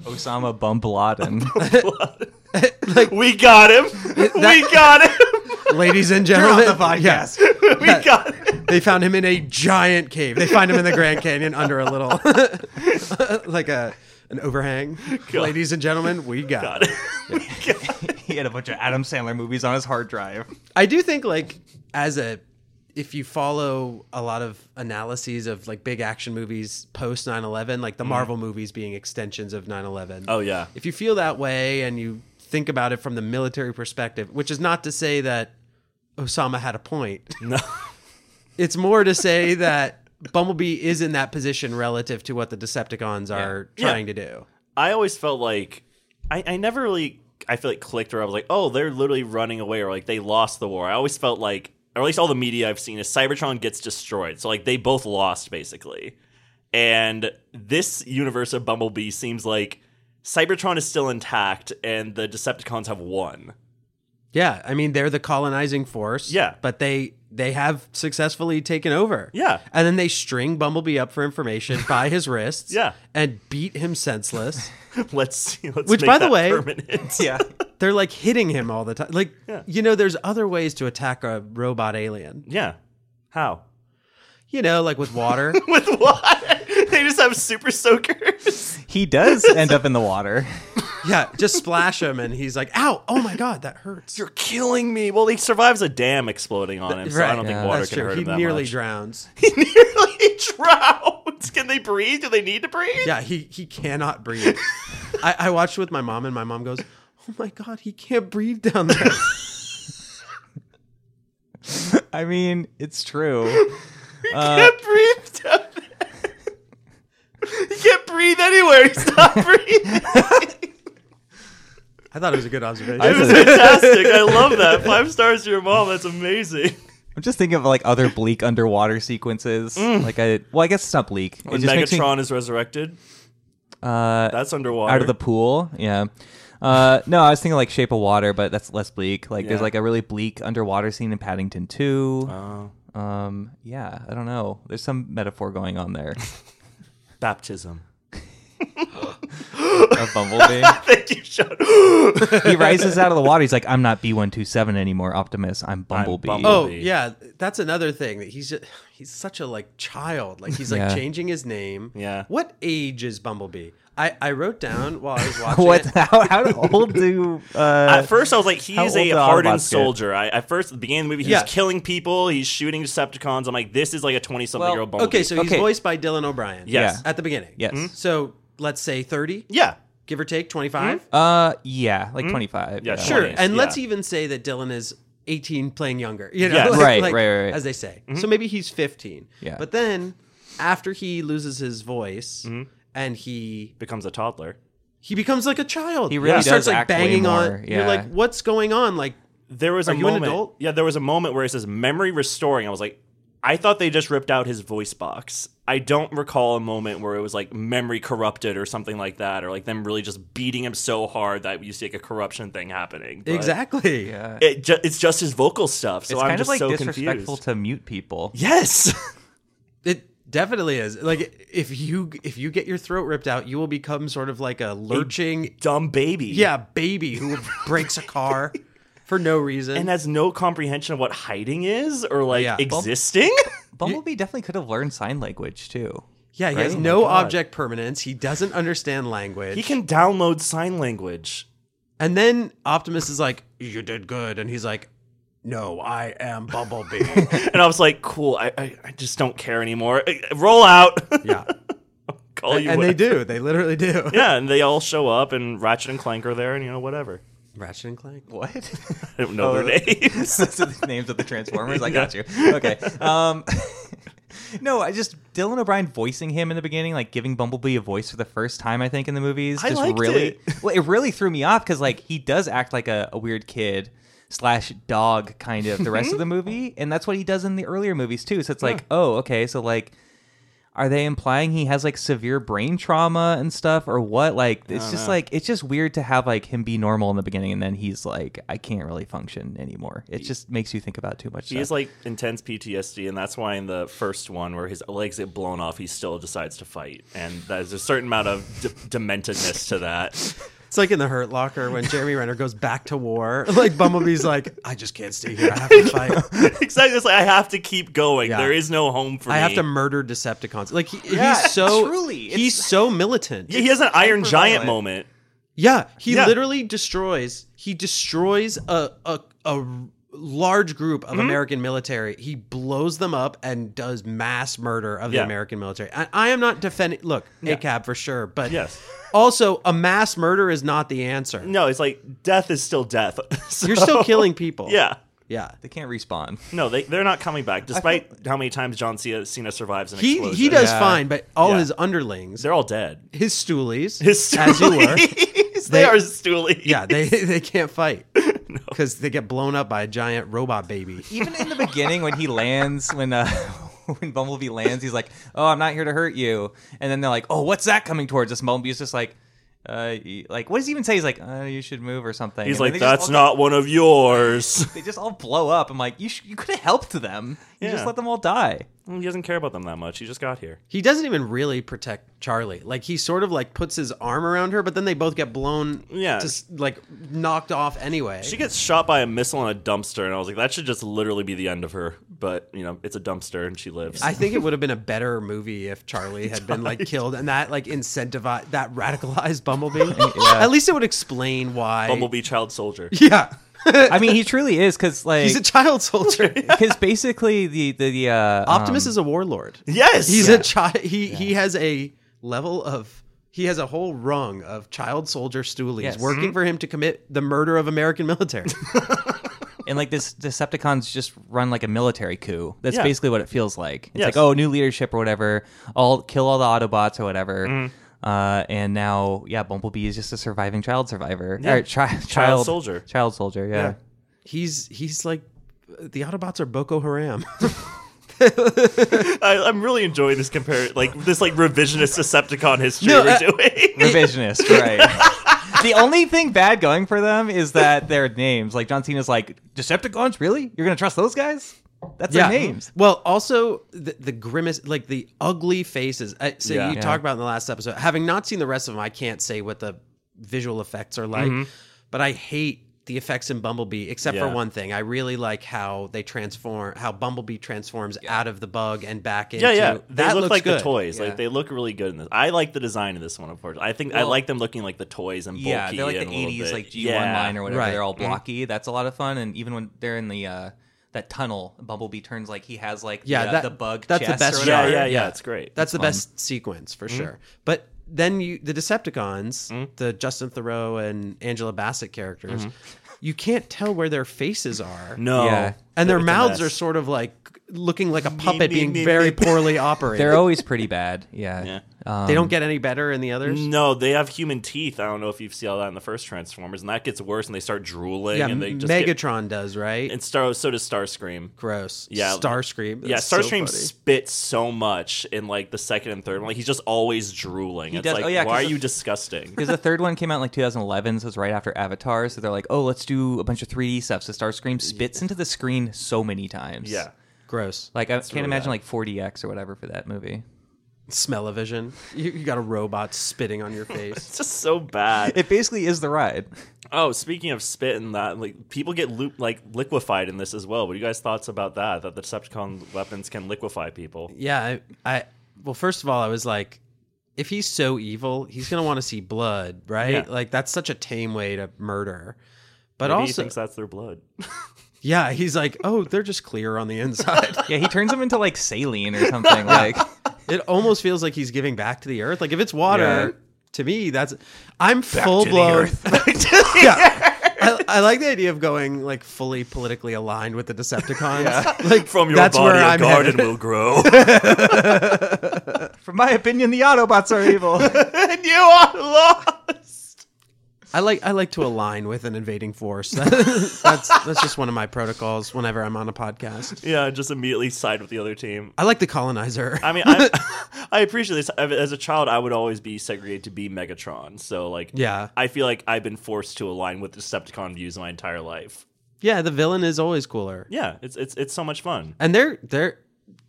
S1: Osama bin Laden.
S2: we got him we got him
S3: Ladies and gentlemen, yeah,
S2: we got him
S3: they found him in a giant cave. They find him in the Grand Canyon under a little like a an overhang. Ladies and gentlemen, we got, it.
S1: he had a bunch of Adam Sandler movies on his hard drive.
S3: I do think like as a if you follow a lot of analyses of like big action movies post 9/11, like the Marvel movies being extensions of 9/11.
S2: Mm. oh yeah
S3: If you feel that way and you think about it from the military perspective, which is not to say that Osama had a point.
S2: no
S3: It's more to say that Bumblebee is in that position relative to what the Decepticons are
S2: Yeah.
S3: trying to do.
S2: I always felt like I, I never really I feel like clicked where I was like, oh, they're literally running away or like they lost the war. I always felt like or at least all the media I've seen is Cybertron gets destroyed. So like they both lost basically. And this universe of Bumblebee seems like Cybertron is still intact and the Decepticons have won.
S3: Yeah, I mean they're the colonizing force.
S2: Yeah.
S3: but they they have successfully taken over.
S2: Yeah.
S3: and then they string Bumblebee up for information by his wrists.
S2: Yeah.
S3: and beat him senseless.
S2: let's see let's
S3: Which,
S2: make
S3: by the
S2: that
S3: way-
S2: permanent.
S1: Yeah.
S3: they're like hitting him all the time. Like
S2: Yeah.
S3: you know, there's other ways to attack a robot alien.
S2: yeah. How?
S3: You know, like with water.
S2: With what? they just have super soakers.
S1: He does end up in the water.
S3: yeah, just splash him, and he's like, "Ow! Oh my god, that hurts."
S2: You're killing me. Well, he survives a dam exploding on him, so I
S3: Right.
S2: don't
S1: Yeah.
S2: think water
S3: That's
S2: can
S3: true.
S2: hurt
S3: He
S2: him that
S3: nearly
S2: much.
S3: drowns.
S2: he nearly drowns. Can they breathe? Do they need to breathe?
S3: Yeah, he he cannot breathe. I, I watched with my mom, and my mom goes, "Oh my god, he can't breathe down there."
S1: I mean, it's true. Uh,
S2: can't breathe down there. He can't breathe anywhere. He's not breathing.
S3: I thought it was a good observation.
S1: I
S2: it was fantastic. I love that. Five stars to your mom. That's amazing.
S1: I'm just thinking of like other bleak underwater sequences. Like I, well, I guess it's not bleak. It
S2: Mm. When
S1: just makes me-
S2: Megatron is resurrected,
S1: uh,
S2: that's underwater.
S1: out of the pool. Yeah. Uh, no, I was thinking like Shape of Water, but that's less bleak. Like there's
S2: Yeah.
S1: like a really bleak underwater scene in Paddington 2.
S2: Oh.
S1: Um, yeah, I don't know. There's some metaphor going on there
S2: baptism.
S1: of Bumblebee.
S2: Thank you, Sean.
S1: he rises out of the water. He's like, I'm not B127 anymore, Optimus. I'm Bumblebee.
S2: Bumble-
S3: Oh
S2: movie.
S3: yeah, that's another thing that he's just, he's such a like child. Like he's like
S1: Yeah.
S3: changing his name.
S2: Yeah.
S3: What age is Bumblebee? I I wrote down while I was watching.
S1: what?
S3: it.
S1: How, how old do? Uh,
S2: At first, I was like,
S1: How
S2: he's
S1: old
S2: a
S1: do Autobots
S2: hardened
S1: get?
S2: soldier. I, at first, at the beginning of the movie, he's
S3: Yeah.
S2: killing people, he's shooting Decepticons. I'm like, this is like a 20 something
S1: Well,
S2: year old Bumblebee.
S3: Okay, so he's
S1: Okay.
S3: voiced by Dylan O'Brien.
S2: Yes.
S3: At the beginning. Hmm?
S1: yes.
S3: So let's say thirty,
S2: Yeah.
S3: give or take twenty five.
S1: Uh, yeah, like 25.
S2: Hmm? Yeah,
S3: Sure.
S2: 20s,
S3: and
S2: yeah.
S3: let's even say that Dylan is eighteen, playing younger. You know,
S2: Yes.
S3: like-
S1: Right,
S3: like,
S1: right, right.
S3: As they say. So maybe he's fifteen.
S1: Yeah.
S3: But then after he loses his voice.
S1: Hmm?
S3: And he
S2: Becomes a toddler.
S3: he becomes like a child.
S1: He really does
S3: starts like
S1: act way
S3: banging
S1: more,
S3: on.
S1: yeah.
S3: You're like, what's going on? Like
S2: there was
S3: Are
S2: a
S3: you an
S2: moment.
S3: adult?
S2: Yeah, there was a moment where it says memory restoring. I was like, I thought they just ripped out his voice box. I don't recall a moment where it was like memory corrupted or something like that, or like them really just beating him so hard that you see like a corruption thing happening. But
S3: Exactly.
S1: Yeah.
S2: It ju- it's just his vocal stuff. So
S1: it's
S2: I'm
S1: kind of
S2: just
S1: like
S2: so
S1: disrespectful
S2: confused.
S1: to mute people.
S2: yes.
S3: It definitely is. Like if you if you get your throat ripped out, you will become sort of like a lurching
S2: Dumb baby.
S3: yeah, baby who breaks a car for no reason.
S2: And uh, has no comprehension of what hiding is or like
S3: Yeah. Bum-
S2: existing.
S1: Bumblebee definitely could have learned sign language too.
S3: yeah, he has
S2: Right?
S3: no
S2: Oh my God.
S3: object permanence. He doesn't understand language.
S2: he can download sign language.
S3: and then Optimus is like, "You did good," and he's like, "No, I am Bumblebee."
S2: And I was like, cool, I, I, I just don't care anymore. Eh, Roll out.
S3: yeah,
S2: Call you
S3: and
S2: what-
S3: they do. They literally do.
S2: Yeah, and they all show up, and Ratchet and Clank are there, and you know, whatever.
S3: Ratchet and Clank.
S1: What?
S2: I don't know
S1: Oh,
S2: their
S1: really?
S2: names.
S1: Those are the names of the Transformers. I got you. Okay. Um, no, I just Dylan O'Brien voicing him in the beginning, like giving Bumblebee a voice for the first time, I think, in the movies.
S2: I
S1: just
S2: liked
S1: really,
S2: it.
S1: well, it really threw me off because like he does act like a, a weird kid slash dog kind of the rest of
S2: Mm-hmm.
S1: the movie, and that's what he does in the earlier movies too. So it's like, oh, okay, so like. Are they implying he has like severe brain trauma and stuff or what? Like it's just like it's just weird to have like him be normal in the beginning and then he's like I can't really function anymore. It just makes you think about too much
S2: He
S1: stuff.
S2: has like intense PTSD, and that's why in the first one, where his legs get blown off, he still decides to fight, and there's a certain amount of de- dementedness to that.
S3: It's like in the Hurt Locker when Jeremy Renner goes back to war. Like Bumblebee's like, I just can't stay here. I have to fight.
S2: exactly, it's like I have to keep going.
S3: Yeah.
S2: There is no home for
S3: I
S2: me.
S3: have to murder Decepticons. Like he,
S1: Yeah,
S3: he's so
S1: truly, it's-
S3: he's so militant.
S2: Yeah, he has an Iron Giant
S1: hyper-violent.
S2: moment.
S3: Yeah, he
S2: Yeah.
S3: literally destroys. He destroys a a, a large group of
S2: Mm-hmm.
S3: American military. He blows them up and does mass murder of the
S2: Yeah.
S3: American military. I, I am not defending. Look, ACAB for sure, but
S2: Yes.
S3: also a mass murder is not the answer.
S2: No, it's like death is still death.
S3: You're
S2: So-
S3: still killing people.
S2: Yeah.
S3: yeah.
S1: they can't respawn.
S2: No, they they're not coming back, despite how many times John Cena, Cena survives an
S3: He
S2: explosion.
S3: he does
S1: Yeah.
S3: fine, but all
S2: Yeah.
S3: his underlings,
S2: They're all dead.
S3: his stoolies,
S2: His
S3: as you were,
S2: stoolies,
S3: They-
S2: they are stoolies.
S3: yeah, they they can't fight because they get blown up by a giant robot baby.
S1: Even in the beginning when he lands when uh when Bumblebee lands, he's like, "Oh, I'm not here to hurt you." And then they're like, "Oh, what's that coming towards us?" And Bumblebee's just like uh, y- like what does he even say? He's like, uh, you should move or something.
S2: He's
S1: And then
S2: like,
S1: they just
S2: that's
S1: all-
S2: not one of yours.
S1: They just all blow up. I'm like, you sh- you could have helped them. You
S2: Yeah.
S1: just let them all die.
S2: he doesn't care about them that much. He just got here.
S3: He doesn't even really protect Charlie. Like he sort of like puts his arm around her, but then they both get blown,
S2: Yeah.
S3: just like knocked off anyway.
S2: She gets shot by a missile in a dumpster, and I was like, that should just literally be the end of her. But you know, it's a dumpster, and she lives.
S3: I think it would have been a better movie if Charlie had been like killed and that like incentivized that radicalized Bumblebee. At least it would explain why.
S2: Bumblebee child soldier.
S3: Yeah.
S1: I mean, he truly is because like
S3: He's a child soldier.
S1: because basically the the, the uh,
S2: Um,
S3: Optimus is a warlord.
S2: Yes,
S3: He's
S2: Yeah.
S3: a child. He he has a level of he has a whole rung of child soldier stoolies
S1: Yes.
S3: working for him to commit the murder of American military.
S1: um, and like this Decepticons just run like a military coup. That's
S2: Yeah.
S1: basically what it feels like. It's
S2: Yes.
S1: like oh, new leadership or whatever. All kill all the Autobots or whatever.
S2: Mm-hmm.
S1: Uh, and now, yeah, Bumblebee is just a surviving child survivor
S2: Yeah.
S1: or chi- child, child
S2: soldier.
S1: child soldier. Yeah,
S2: Yeah.
S3: he's he's like the Autobots are Boko Haram.
S2: I, I'm really enjoying this compare, like this like revisionist Decepticon history
S3: No,
S2: we're
S3: uh,
S2: doing.
S1: revisionist, right? the only thing bad going for them is that their names, like John Cena's, like Decepticons. Really, you're gonna trust those guys? That's their names.
S3: Well, also the, the grimace, like the ugly faces. I, so
S2: Yeah.
S3: you
S2: Yeah.
S3: talked about in the last episode. Having not seen the rest of them, I can't say what the visual effects are like. But I hate the effects in Bumblebee, except
S2: Mm-hmm. Yeah.
S3: for one thing. I really like how they transform, how Bumblebee transforms out of the bug and back into.
S2: Yeah, yeah. They
S3: That
S2: look
S3: looks
S2: like
S3: good.
S2: the toys.
S3: Yeah.
S2: Like they look really good in this. I like the design of this one, of course. I think I like them looking like the toys and bulky.
S1: Yeah, they're like
S2: and
S1: the
S2: a little
S1: '80s,
S2: bit-
S1: like G1
S2: yeah.
S1: line or whatever.
S3: Right.
S1: They're all blocky. That's a lot of fun. And even when they're in the uh, that tunnel, Bumblebee turns like he has like
S3: Yeah,
S1: the, uh,
S3: that-
S1: the bug.
S3: that's the
S1: chest
S3: best
S1: Or
S2: Yeah,
S1: whatever.
S2: yeah, yeah,
S3: Yeah.
S2: It's great.
S3: That's the best sequence
S2: Mm-hmm.
S3: for sure. But then you the Decepticons, the Justin Thoreau and Angela Bassett characters,
S2: Mm-hmm.
S3: you can't tell where their faces are.
S2: no,
S1: Yeah.
S3: And their
S2: It's a
S3: mouths are
S2: mess.
S3: sort of like looking like a puppet
S2: me,
S3: being
S2: me,
S3: very
S2: me.
S3: poorly operated.
S1: They're always pretty bad. Yeah. Um,
S2: Yeah.
S3: they don't get any better in the others.
S2: No, they have human teeth. I don't know if you see all that in the first Transformers, and that gets worse, and they start drooling,
S3: yeah,
S2: and they just get-
S3: Megatron does right.
S2: and Star so does Starscream.
S3: Gross.
S2: Yeah.
S3: Starscream.
S2: Yeah,
S3: That's so
S2: Starscream
S3: funny.
S2: spits so much in like the second and third one. Like he's just always drooling. it's
S1: does-
S2: like
S1: oh, yeah,
S2: why are
S1: 'cause
S2: you
S1: the-
S2: disgusting?
S1: Because the third one came out in like 2011, so it's right after Avatar. So they're like, oh, let's do a bunch of 3D stuff. So Starscream spits into the screen so many times.
S2: Yeah.
S3: Gross.
S1: Like, I can't
S2: really
S1: imagine
S2: bad.
S1: like 40X or whatever for that movie.
S3: Smell-o-vision. You, you got a robot spitting on your face.
S2: It's just so bad.
S1: It basically is the ride.
S2: oh, speaking of spit and that, like people get loop like liquefied in this as well. What are you guys' thoughts about that? That the Decepticon weapons can liquefy people?
S3: yeah. I, I. Well, first of all, I was like, if he's so evil, he's gonna want to see blood,
S2: Yeah.
S3: right? Like that's such a tame way to murder. But
S2: Maybe he
S3: also,
S2: thinks that's their blood.
S3: yeah, he's like, oh, they're just clear on the inside.
S1: Yeah, he turns them into like saline or something. Like,
S3: it almost feels like he's giving back to the earth. Like if it's water, to me, that's I'm full
S1: to the
S3: blown.
S1: earth.
S3: yeah. I, I like the idea of going like fully politically aligned with the Decepticons. Like
S2: From your
S3: that's
S2: body,
S3: where
S2: a
S3: I'm
S2: garden
S3: headed.
S2: will grow.
S1: from my opinion, the Autobots are evil.
S2: and you are lost.
S3: I like I like to align with an invading force. that's that's just one of my protocols whenever I'm on a podcast.
S2: Yeah, just immediately side with the other team.
S3: I like the colonizer.
S2: I mean, I, I appreciate this. As a child, I would always be segregated to be Megatron. So, like,
S3: Yeah.
S2: I feel like I've been forced to align with Decepticon views my entire life.
S3: yeah, the villain is always cooler.
S2: Yeah, it's it's it's so much fun.
S3: And they're they're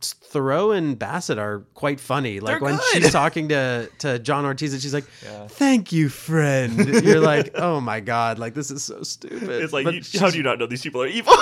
S3: Thoreau and Bassett are quite funny. Like
S1: They're
S3: when
S1: good.
S3: she's talking to to John Ortiz and she's like, "Thank you, friend." You're like, "Oh my god, like this is so stupid."
S2: It's like,
S3: But
S2: you,
S3: she's
S2: how do you not know these people are evil?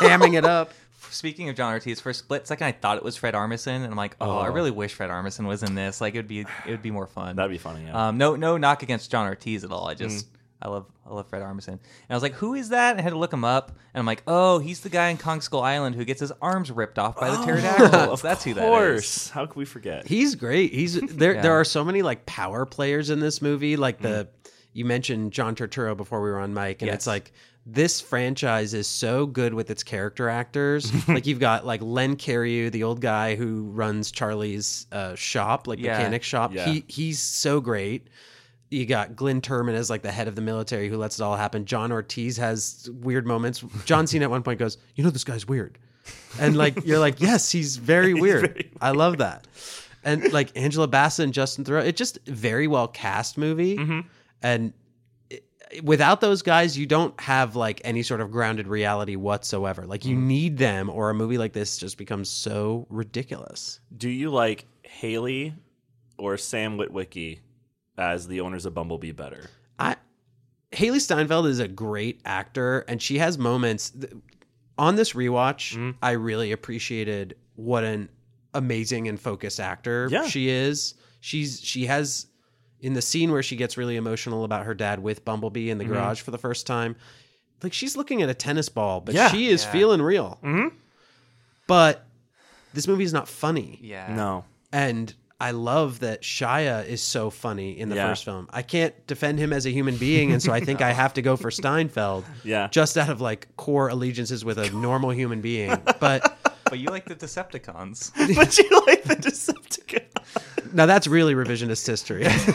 S3: hamming it up?
S1: Speaking of John Ortiz, for a split second, I thought it was Fred Armisen, and I'm like, oh, I really wish Fred Armisen was in this. Like, it would be it would be more fun.
S2: That'd be Mm. funny.
S3: Uh,
S2: Yeah.
S1: Um, no, no knock against John Ortiz at all. I just I love I love Fred Armisen. And I was like, who is that? And I had to look him up, and I'm like, oh, he's the guy in Kong Skull Island who gets his arms ripped off
S2: Oh,
S1: by the pterodactyls. That's who that is.
S2: How could we forget?
S3: He's great. He's there.
S1: Yeah.
S3: There are so many like power players in this movie. Like the you mentioned John Turturro before we were on mic, and
S1: Mm-hmm. Yes.
S3: it's like this franchise is so good with its character actors. like you've got like Len Carrew, the old guy who runs Charlie's uh, shop, like
S1: Yeah.
S3: mechanic shop.
S2: Yeah.
S3: He he's so great. You got Glenn Turman as like the head of the military who lets it all happen. John Ortiz has weird moments. John Cena at one point goes, "You know this guy's weird." and like you're like yes he's very weird i love that and like angela bassett and justin thoreau it just very well cast movie and it, without those guys you don't have like any sort of grounded reality whatsoever like you need them or a movie like this just becomes so ridiculous
S2: Do you like Haley or Sam Witwicky as the owners of Bumblebee better?
S3: I Haley Steinfeld is a great actor, and she has moments th- on this rewatch.
S2: Mm-hmm.
S3: I really appreciated what an amazing and focused actor
S2: Yeah.
S3: she is. She's she has in the scene where she gets really emotional about her dad with Bumblebee
S2: Mm-hmm.
S3: in the garage for the first time. Like she's looking at a tennis ball, but
S2: Yeah. Mm-hmm.
S3: she is feeling real. But this movie is not funny.
S1: Yeah.
S2: No.
S3: And I love that Shia is so funny in the
S2: Yeah.
S3: first film. I can't defend him as a human being, and so I think I have to go for Steinfeld.
S2: Yeah.
S3: Just out of like core allegiances with a normal human being. But
S1: But you like the Decepticons.
S2: but you like the Decepticon.
S3: now that's really revisionist history. I,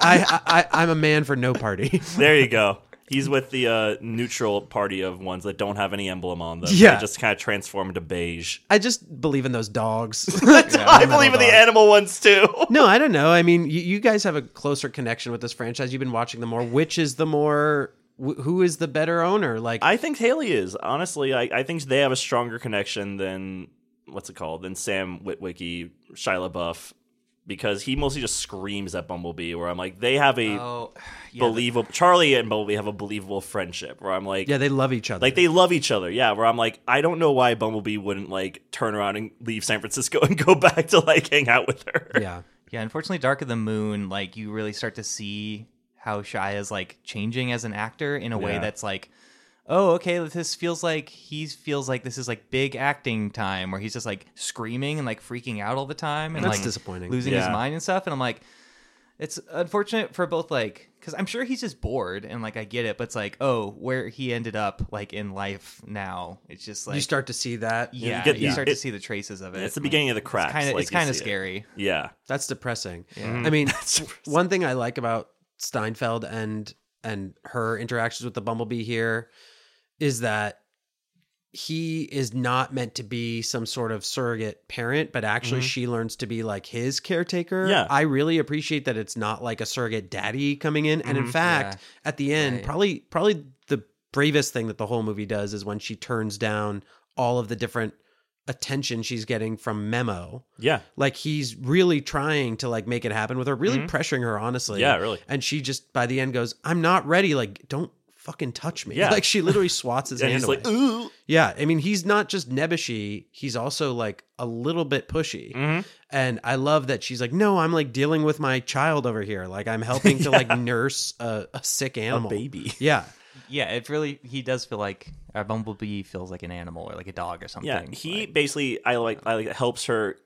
S3: I, I, I'm a man for no party.
S2: There you go. He's with the uh, neutral party of ones that don't have any emblem on them.
S3: Yeah.
S2: They just kind of transform to beige.
S3: I just believe in those dogs.
S2: I believe in the animal ones too.
S3: no, I don't know. I mean, you, you guys have a closer connection with this franchise. You've been watching them more. Which is the more? Wh- who is the better owner? Like,
S2: I think Haley is. Honestly, I, I think they have a stronger connection than, what's it called, than Sam Witwicky, Shia LaBeouf, because he mostly just screams at Bumblebee, where I'm like, they have a
S1: Oh, yeah,
S2: believable, Charlie and Bumblebee have a believable friendship, where I'm like,
S3: yeah, they love each other.
S2: Like they love each other, yeah. Where I'm like, I don't know why Bumblebee wouldn't like turn around and leave San Francisco and go back to like hang out with her.
S3: yeah.
S1: Yeah, unfortunately, Dark of the Moon, like you really start to see how Shia is like changing as an actor in a way
S2: Yeah.
S1: that's like, oh, okay, this feels like he feels like this is like big acting time where he's just like screaming and like freaking out all the time and
S3: That's
S1: like
S3: disappointing.
S1: losing his
S2: Yeah.
S1: mind and stuff. And I'm like, it's unfortunate for both like because i'm sure he's just bored and like i get it but it's like oh where he ended up like in life now it's just like
S3: you start to see that.
S1: yeah you,
S2: get- yeah.
S1: start
S2: it-
S1: to see the traces of it
S2: It's the beginning of the cracks.
S1: kind of
S2: like,
S1: it's
S2: you
S1: kind of
S2: see it.
S1: scary
S2: Yeah.
S3: That's depressing. I mean, one thing I like about Steinfeld and and her interactions with the Bumblebee here is that he is not meant to be some sort of surrogate parent, but actually she learns to be like his caretaker.
S2: Yeah.
S3: I really appreciate that it's not like a surrogate daddy coming in. And in fact, at the end,
S1: Right.
S3: probably probably the bravest thing that the whole movie does is when she turns down all of the different attention she's getting from Memo
S2: Yeah.
S3: like he's really trying to like make it happen with her really pressuring her honestly
S2: Mm-hmm. Yeah, really.
S3: and she just by the end goes i'm not ready like don't fucking touch me
S2: Yeah.
S3: like she literally swats his
S2: And
S3: hand
S2: he's like,
S3: away.
S2: ooh.
S3: yeah i mean he's not just nebbishy he's also like a little bit pushy
S2: Mm-hmm.
S3: and i love that she's like no i'm like dealing with my child over here like i'm helping to like nurse a, a sick animal
S2: baby.
S3: yeah
S1: yeah it really he does feel like a bumblebee feels like an animal or like a dog or something
S2: Yeah. He basically, I like, I like, helps her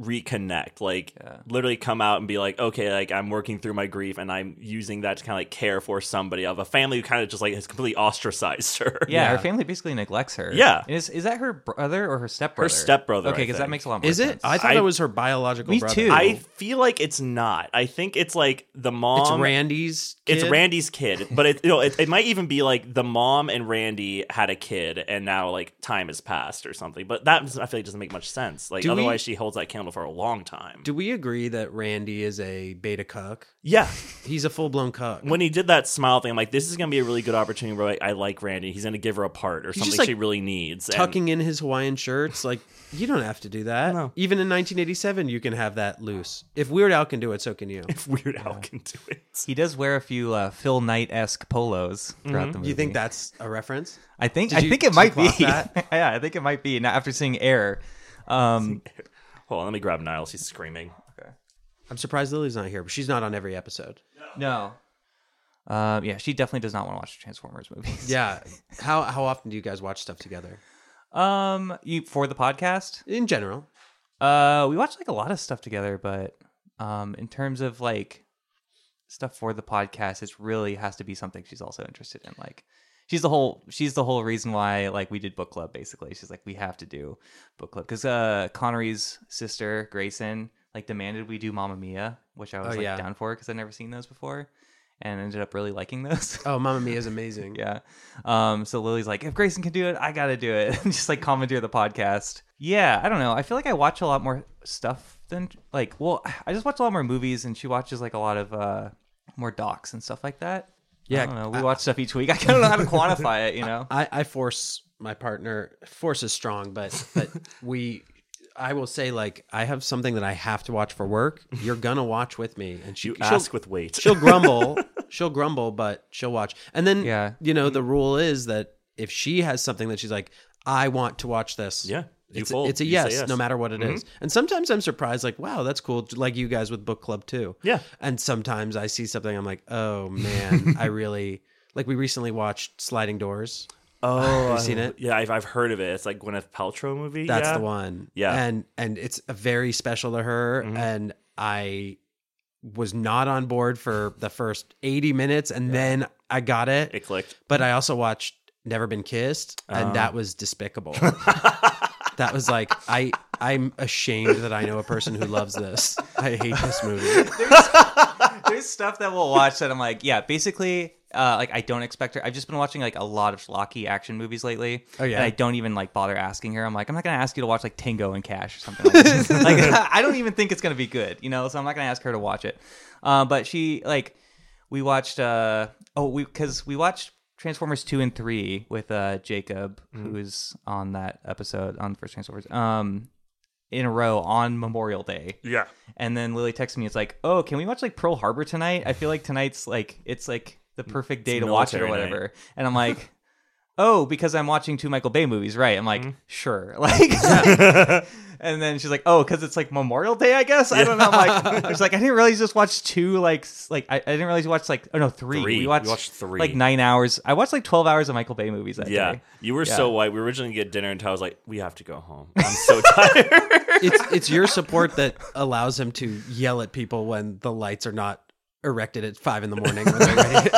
S2: reconnect, like literally come out and be like, okay, like I'm working through my grief and I'm using that to kind of like care for somebody of a family who kind of just like has completely ostracized her.
S1: yeah, her
S3: Yeah.
S1: family basically neglects her.
S2: Yeah.
S1: is is that her brother or her stepbrother?
S2: stepbrother,
S1: Okay,
S2: I
S1: because that
S2: think.
S1: makes a lot more.
S3: is it
S1: sense.
S3: i thought
S2: I-
S3: it was her biological
S1: Me
S3: brother
S1: too.
S2: I feel like it's not. I think it's like the mom.
S3: it's randy's
S2: It's
S3: kid?
S2: Randy's kid, but it you know it, it might even be like the mom and Randy had a kid, and now like time has passed or something. But that I feel like doesn't make much sense. Like
S3: Do we-
S2: otherwise, she holds that candle for a long time.
S3: do we agree that randy is a beta cuck
S2: yeah,
S3: he's a full-blown cuck
S2: when he did that smile thing, I'm like, this is gonna be a really good opportunity. Where like, I like Randy, he's gonna give her a part or
S3: just,
S2: something
S3: like,
S2: she really needs. and-
S3: tucking in his Hawaiian shirts. Like you don't have to do that.
S2: No.
S3: Even in 1987, you can have that loose. If Weird Al can do it, so can you.
S2: if Weird Al can do it.
S1: He does wear a few uh, Phil Knight esque polos throughout
S2: Mm-hmm.
S1: the movie.
S3: Do you think that's a reference?
S1: I think
S3: Did
S1: I
S3: you-
S1: think it
S3: did you
S1: might be.
S3: clock that?
S1: yeah, I think it might be. Now after seeing Air, um,
S2: Hold on, let me grab Niles. He's screaming.
S3: I'm surprised Lily's not here, but she's not on every episode.
S1: no. Uh, yeah, she definitely does not want to watch Transformers movies.
S3: Yeah. How how often do you guys watch stuff together?
S1: Um, you for the podcast,
S3: In general.
S1: uh, we watch like a lot of stuff together, but um, in terms of like stuff for the podcast, it really has to be something she's also interested in. Like, she's the whole she's the whole reason why like we did book club. Basically, she's like we have to do book club because uh, Connery's sister Grayson like demanded we do Mamma Mia, which I was
S3: Oh,
S1: like
S3: yeah.
S1: down for because I'd never seen those before, and ended up really liking those.
S3: Oh, Mamma Mia is amazing.
S1: Yeah. Um, so Lily's like, if Grayson can do it, I gotta do it. Just like commandeer the podcast. Yeah, I don't know. I feel like I watch a lot more stuff than like well, I just watch a lot more movies and she watches like a lot of uh more docs and stuff like that.
S3: Yeah,
S1: I don't know. We watch stuff each week. I don't know how to quantify it, you know.
S3: I, I force my partner force is strong, but but we I will say like I have something that I have to watch for work. You're gonna watch with me, and she
S2: You
S3: she'll-
S2: ask with weight.
S3: she'll grumble she'll grumble but she'll watch and then
S1: Yeah.
S3: you know the rule is that if she has something that she's like i want to watch this
S2: Yeah, you
S3: it's, a,
S2: fold.
S3: it's a
S2: You
S3: yes,
S2: say yes. Mm-hmm.
S3: no matter what it is. and sometimes i'm surprised like wow that's cool like you guys with book club too
S2: Yeah.
S3: and sometimes i see something i'm like oh man i really like we recently watched sliding doors
S2: Oh,
S3: Have you seen it?
S2: Yeah, I've, I've heard of it. It's like Gwyneth Paltrow movie.
S3: That's
S2: yeah?
S3: the one.
S2: Yeah. Mm-hmm.
S3: And and it's very special to her. And I was not on board for the first 80 minutes and then I got it.
S2: It clicked.
S3: But I also watched Never Been Kissed and that was despicable. that was like I I'm ashamed that I know a person who loves this. I hate this movie.
S1: There's stuff that we'll watch that I'm like, yeah, basically uh, like I don't expect her. I've just been watching like a lot of schlocky action movies lately.
S3: Oh, yeah.
S1: and I don't even like bother asking her. I'm like, I'm not gonna ask you to watch like Tango and Cash or something. Like, that. like I don't even think it's gonna be good, you know. So I'm not gonna ask her to watch it. Uh, but she like we watched. Uh, oh, we because we watched Transformers two and three with uh, Jacob,
S3: Mm-hmm.
S1: who was on that episode on the first Transformers. Um, in a row on Memorial Day.
S2: Yeah.
S1: And then Lily texts me, it's like, oh, can we watch like Pearl Harbor tonight? I feel like tonight's like, it's like the perfect day to watch it or
S2: military night.
S1: whatever. And I'm like, oh, because I'm watching two Michael Bay movies, right? I'm like,
S2: Mm-hmm.
S1: sure. Like, and then she's like, oh, because it's like Memorial Day, I guess? I don't know. I'm like, it's like, I didn't realize you just watched two, like, s- like I, I didn't realize you watched like, oh no, three.
S2: Three.
S1: We watched,
S2: You watched three.
S1: Like nine hours. I watched like 12 hours of Michael Bay movies that
S2: Yeah,
S1: day.
S2: you were so white. We were originally gonna get dinner until I was like, "We have to go home. I'm so tired."
S3: It's it's your support that allows him to yell at people when the lights are not erected at five in the morning. when they're ready.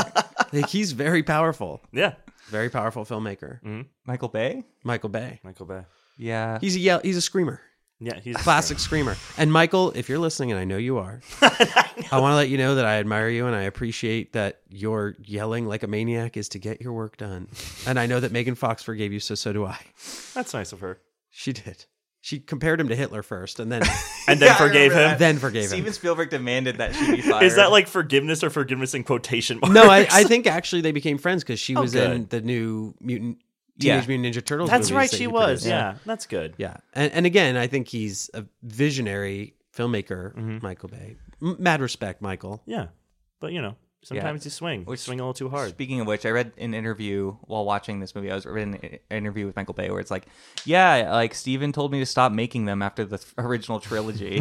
S3: like he's very powerful,
S2: Yeah,
S3: very powerful filmmaker.
S1: Michael Bay?
S3: Michael Bay.
S2: Michael Bay.
S1: Yeah.
S3: He's a yell. He's a screamer.
S2: Yeah, he's
S3: Classic screamer. And Michael, if you're listening, and I know you are, I want to let you know that I admire you and I appreciate that your yelling like a maniac is to get your work done. And I know that Megan Fox forgave you, so so do I.
S2: That's nice of her.
S3: She did. She compared him to Hitler first, and then
S2: And then
S1: Yeah, I
S2: forgave
S1: remember
S2: him.
S3: then forgave him.
S1: Steven Spielberg demanded that she be fired.
S2: Is that like forgiveness or forgiveness in quotation marks?
S3: No, I, I think actually they became friends because she was
S2: Oh, good.
S3: in the new mutant
S1: Yeah.
S3: Teenage Mutant Ninja Turtles.
S2: That's
S3: movies
S2: right,
S3: that
S2: she
S3: you
S2: was.
S3: produced.
S2: Yeah. that's good.
S3: yeah. And, and again, I think he's a visionary filmmaker,
S2: Mm-hmm.
S3: Michael Bay. M- mad respect, Michael.
S2: Yeah, but you know, sometimes you swing,
S1: Which-
S2: swing a little too hard.
S1: Speaking of which, I read an interview while watching this movie. I was reading an interview with Michael Bay where it's like, yeah, like Steven told me to stop making them after the th- original trilogy,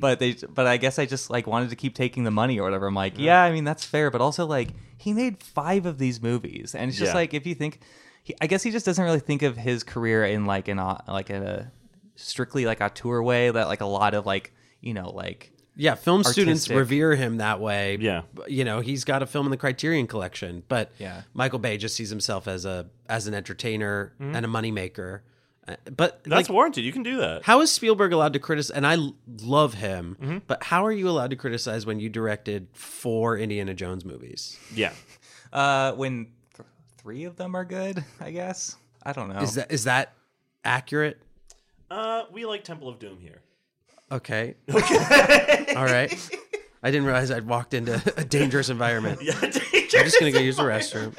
S1: but they, but I guess I just like wanted to keep taking the money or whatever. I'm like, yeah, I mean that's fair, but also like he made five of these movies, and it's just
S2: Yeah.
S1: like if you think, he, I guess he just doesn't really think of his career in like an au- like a strictly like a tour way that like a lot of like you know like
S3: Yeah, film students
S1: Artistic.
S3: revere him that way.
S2: Yeah.
S3: B- you know he's got a film in the Criterion Collection, but
S1: Yeah.
S3: Michael Bay just sees himself as a as an entertainer and a moneymaker. Uh, But
S2: That's
S3: like,
S2: warranted. You can do that.
S3: how is Spielberg allowed to criticize? And I l- love him, but how are you allowed to criticize when you directed four Indiana Jones movies?
S2: yeah,
S1: uh when th- three of them are good, I guess. I don't know.
S3: Is that is that accurate?
S2: uh, we like Temple of Doom here.
S3: Okay. All right. I didn't realize I'd walked into a dangerous environment.
S2: Yeah,
S3: I'm just gonna go use the restroom.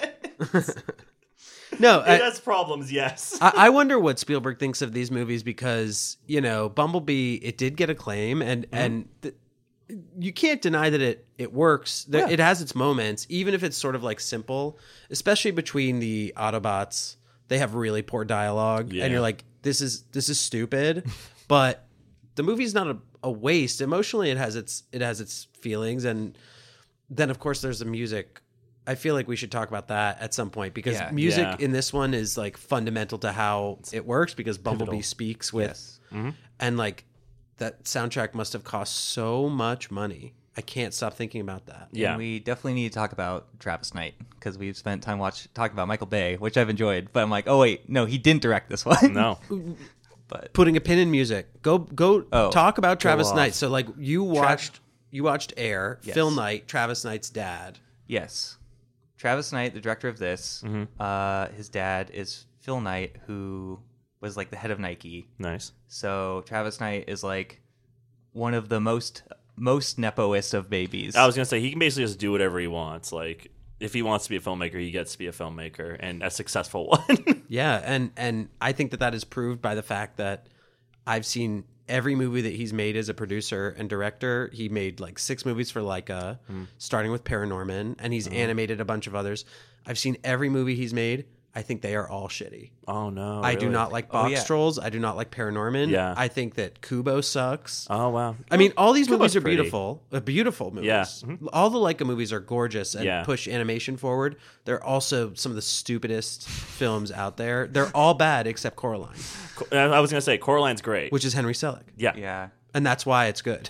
S3: no, I-
S2: that's problems. Yes.
S3: I, I wonder what Spielberg thinks of these movies because you know Bumblebee it did get acclaim and and th- you can't deny that it it works. That It has its moments, even if it's sort of like simple, especially between the Autobots. They have really poor dialogue,
S2: Yeah.
S3: and you're like, this is this is stupid, but the movie's not a, a waste. Emotionally, it has its it has its feelings, and then of course there's the music. I feel like we should talk about that at some point because
S1: Yeah.
S3: music
S2: Yeah.
S3: in this one is like fundamental to how it works because Bumblebee speaks with
S1: Yes. Mm-hmm.
S3: and like that soundtrack must have cost so much money. I can't stop thinking about that.
S2: yeah.
S1: And we definitely need to talk about Travis Knight because we've spent time watch talking about Michael Bay, which I've enjoyed. But I'm like, oh wait, no, he didn't direct this one.
S2: no.
S3: Putting a pin in music. Go go
S1: Oh,
S3: talk about Travis
S1: off.
S3: Knight. So like you watched you watched Air, Phil Knight, Travis Knight's dad.
S1: Yes. Travis Knight, the director of this,
S2: Mm-hmm.
S1: uh, his dad is Phil Knight, who was like the head of Nike.
S2: Nice.
S1: So Travis Knight is like one of the most most nepoist of babies.
S2: I was gonna say he can basically just do whatever he wants. Like if he wants to be a filmmaker, he gets to be a filmmaker and a successful one.
S3: Yeah, and and I think that that is proved by the fact that I've seen every movie that he's made as a producer and director. He made like six movies for Leica,
S2: Hmm.
S3: starting with Paranorman, and
S2: Uh-huh.
S3: he's animated a bunch of others. I've seen every movie he's made. I think they are all shitty.
S2: oh no.
S3: I
S2: really?
S3: do
S2: Oh,
S3: not like Box
S1: yeah.
S3: Trolls. I do not like Paranorman.
S2: Yeah.
S3: I think that Kubo sucks.
S2: Oh wow.
S3: I mean, all these
S2: Kubo's
S3: movies are
S2: pretty.
S3: beautiful. Uh, beautiful movies.
S2: Yeah. Mm-hmm.
S3: All the Leica movies are gorgeous and
S2: Yeah.
S3: push animation forward. They're also some of the stupidest films out there. They're all bad except Coraline,
S2: Co- I was gonna say Coraline's great.
S3: which is Henry Selick.
S2: yeah.
S1: yeah.
S3: And that's why it's good.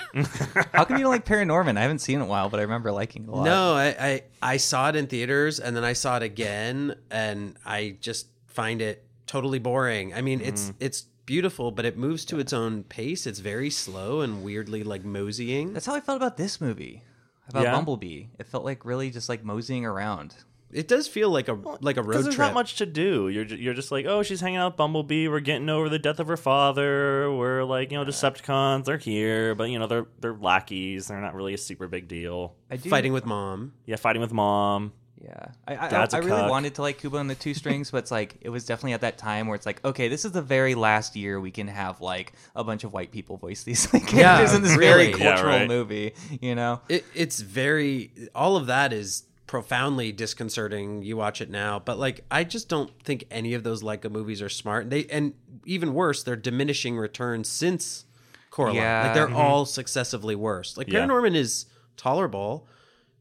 S1: How come you don't like Paranorman? I haven't seen it in a while, but I remember liking it a lot.
S3: no, I, I, I saw it in theaters and then I saw it again and I just find it totally boring. I mean, it's
S2: Mm-hmm.
S3: it's beautiful, but it moves to its own pace. It's very slow and weirdly like moseying.
S1: That's how I felt about this movie. About
S2: Yeah.
S1: Bumblebee. It felt like really just like moseying around.
S3: It does feel like a like a
S2: Because
S3: road
S2: there's
S3: trip.
S2: not much to do. You're ju- you're just like, oh, she's hanging out with Bumblebee. We're getting over the death of her father. We're like, you know, Decepticons. They're here, but you know, they're they're lackeys. They're not really a super big deal.
S1: I do
S3: fighting with mom.
S2: Yeah, fighting with mom.
S1: Yeah, I I, I,
S2: Dad's a
S1: I really
S2: cuck.
S1: wanted to like Kubo and the Two Strings, but it's like it was definitely at that time where it's like, okay, this is the very last year we can have like a bunch of white people voice these like,
S3: Yeah,
S1: characters in this
S3: really.
S1: very
S2: Yeah,
S1: cultural
S2: right.
S1: movie, you know?
S3: It, it's very all of that is profoundly disconcerting. You watch it now, but like I just don't think any of those Leica movies are smart. They and even worse, they're diminishing returns since Coraline.
S1: Yeah. mm-hmm.
S3: Like they're all successively worse. Like
S2: Yeah.
S3: Paranorman is tolerable,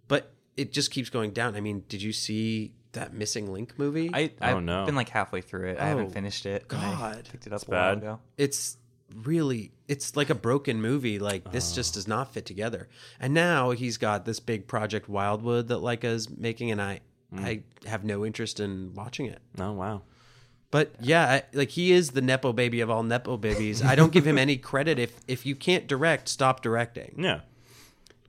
S3: but it just keeps going down. I mean, did you see that Missing Link movie?
S1: I
S2: I
S1: I've
S2: don't know.
S1: been like halfway through it. I
S3: Oh,
S1: haven't finished it. and I
S3: God.
S1: picked it up a
S2: bad.
S1: while ago.
S3: it's really it's like a broken movie like this just does not fit together and now he's got this big project wildwood that Leica is making and i
S1: Mm.
S3: i have no interest in watching it
S2: Oh wow.
S3: but yeah I, like he is the nepo baby of all nepo babies i don't give him any credit if if you can't direct stop directing
S2: Yeah.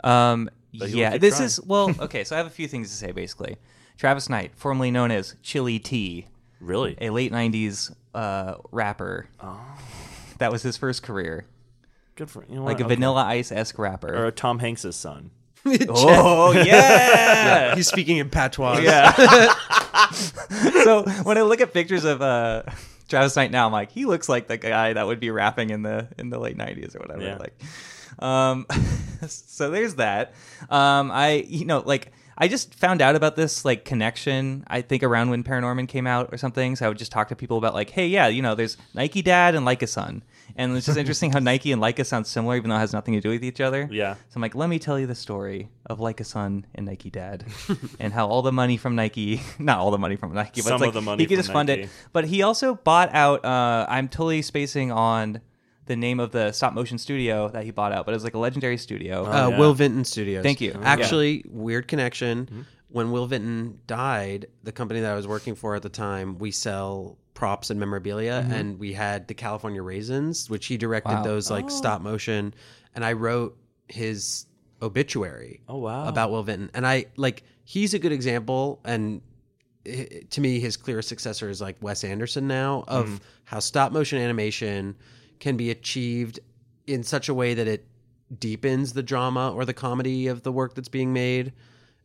S1: Um,
S2: you wanna
S1: yeah,
S2: keep
S1: this
S2: trying.
S1: is well. Okay, so I have a few things to say. Basically, Travis Knight, formerly known as Chili T,
S2: Really?
S1: a late '90s uh, rapper.
S2: Oh.
S1: That was his first career,
S2: Good for you. Know
S1: like
S2: what?
S1: a Vanilla Ice esque
S2: Okay.
S1: rapper.
S2: or Tom Hanks' son.
S1: oh yeah,
S3: he's speaking in patois
S1: yeah. so when I look at pictures of uh, Travis Knight now, I'm like, he looks like the guy that would be rapping in the in the late '90s or whatever.
S2: Yeah.
S1: Like, um, so there's that. Um, I you know like. I just found out about this like connection. I think around when Paranorman came out or something. So I would just talk to people about like, hey, yeah, you know, there's Nike Dad and Leica Son, and it's just interesting how Nike and Leica sound similar, even though it has nothing to do with each other.
S2: Yeah.
S1: So I'm like, let me tell you the story of Leica Son and Nike Dad, and how all the money from Nike, not all the money from Nike, but
S2: Some
S1: it's like
S2: of the money
S1: he could
S2: from
S1: just fund
S2: Nike.
S1: it. But he also bought out. Uh, I'm totally spacing on the name of the stop motion studio that he bought out, but it was like a legendary studio.
S3: uh,
S2: yeah.
S3: Will Vinton Studios.
S1: Oh, Thank you. Mm-hmm.
S3: Actually, weird connection. When Will Vinton died, the company that I was working for at the time, we sell props and memorabilia, and we had the California Raisins, which he directed
S1: Mm-hmm. Wow.
S3: those like stop motion, and I wrote his obituary
S2: Oh wow.
S3: about Will Vinton, and I like he's a good example, and i- to me, his clearest successor is like Wes Anderson now of how stop motion animation can be achieved in such a way that it deepens the drama or the comedy of the work that's being made.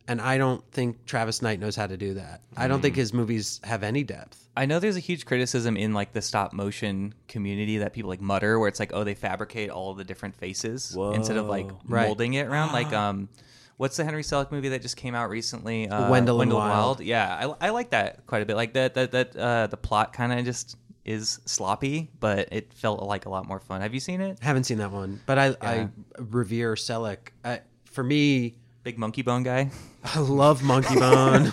S3: And I don't think Travis Knight knows how to do that. I don't think his movies have any depth.
S1: I know there's a huge criticism in like the stop motion community that people like mutter, where it's like, oh, they fabricate all the different faces instead of like
S3: Right.
S1: molding it around. Like, um, what's the Henry Selick movie that just came out recently? Uh,
S3: Wendell and Wild.
S1: Wild. Yeah, I, I like that quite a bit. Like that that that uh, the plot kind of just is sloppy, but it felt like a lot more fun. Have you seen it?
S3: Haven't seen that one, but I, I revere Selleck. I, for me,
S1: Big monkey bone guy.
S3: I love Monkey Bone.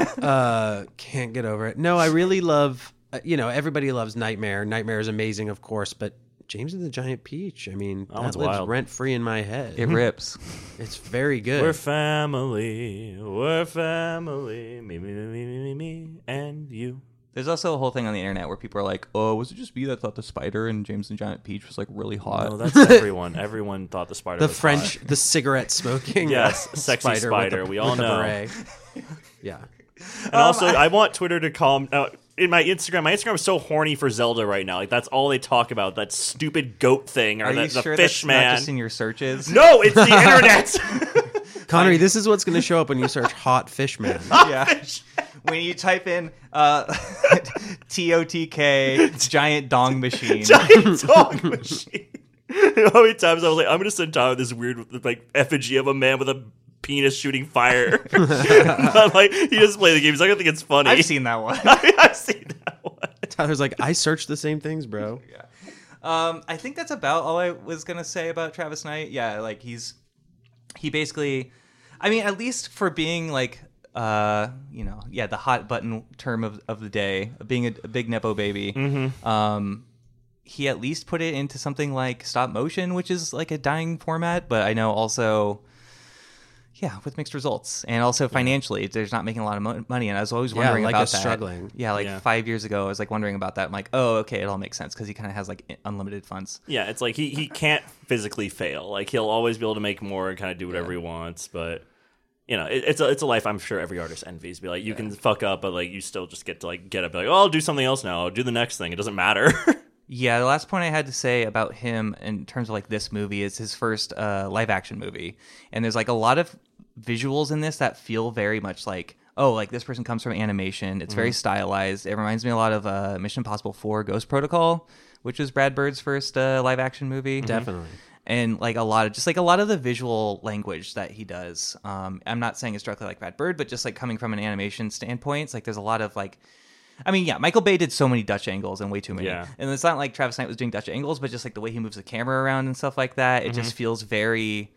S3: uh, can't get over it. No, I really love. Uh, you know, everybody loves Nightmare. Nightmare is amazing, of course, but James and the Giant Peach. I mean, that,
S2: one's
S3: lives
S2: wild.
S3: rent free in my head.
S1: It rips.
S3: it's very good.
S2: We're family. We're family. Me, me, me, me, me, me, me, and you.
S1: There's also a whole thing on the internet where people are like, "Oh, was it just me that thought the spider and James and Giant Peach was like really hot?"
S2: Oh, that's everyone. everyone thought the spider
S3: the
S2: was
S3: French,
S2: hot.
S3: the cigarette smoking.
S2: Yes,
S3: uh,
S2: sexy
S3: with
S2: spider,
S3: a-
S2: we all
S3: with a
S2: know.
S3: beret. yeah.
S2: And also,
S1: Um,
S2: I, want Twitter to calm. Uh, in my Instagram, my Instagram is so horny for Zelda right now. Like that's all they talk about. That stupid goat thing or
S1: Are
S2: the,
S1: you
S2: the
S1: sure
S2: fish
S1: that's
S2: man.
S1: not just in your searches?
S2: no, it's the internet.
S3: Connery, this is what's going to show up when you search "hot fish man."
S1: yeah. When you type in uh, TOTK giant dong machine,
S2: giant dog machine. You know How many times I was like, I'm gonna send Tyler this weird like effigy of a man with a penis shooting fire. I'm like, he just played the game. He's like, I think it's funny.
S1: I've seen that one.
S2: I've seen that one.
S3: Tyler's like, I searched the same things, bro.
S1: Um, I think that's about all I was gonna say about Travis Knight. Yeah, like he's he basically, I mean, at least for being like uh you know yeah the hot button term of, of the day being a, a big nepo baby um he at least put it into something like stop motion which is like a dying format but i know also yeah with mixed results and also financially there's not making a lot of mo- money and i was always wondering
S3: Leica's
S1: about that
S3: struggling.
S1: yeah like
S2: Yeah.
S1: five years ago i was like wondering about that i'm like oh okay it all makes sense because he kind of has like i- unlimited funds
S2: Yeah, it's like he he can't physically fail. Like he'll always be able to make more and kind of do whatever he wants. But you know, it, it's a it's a life I'm sure every artist envies. Be like, you can fuck up, but like you still just get to like get up. Be like, oh, I'll do something else now. I'll do the next thing. It doesn't matter.
S1: Yeah, the last point I had to say about him in terms of like this movie is his first uh, live action movie, and there's like a lot of visuals in this that feel very much like oh like this person comes from animation. It's very stylized. It reminds me a lot of uh, Mission Impossible Four: Ghost Protocol, which was Brad Bird's first uh, live action movie.
S3: Definitely.
S1: And like a lot of just like a lot of the visual language that he does. Um, I'm not saying it's directly like Brad Bird, but just like coming from an animation standpoint, it's like there's a lot of like I mean, yeah, Michael Bay did so many Dutch angles and way too many.
S2: Yeah.
S1: And it's not like Travis Knight was doing Dutch angles, but just like the way he moves the camera around and stuff like that, it just
S2: Mm-hmm.
S1: feels very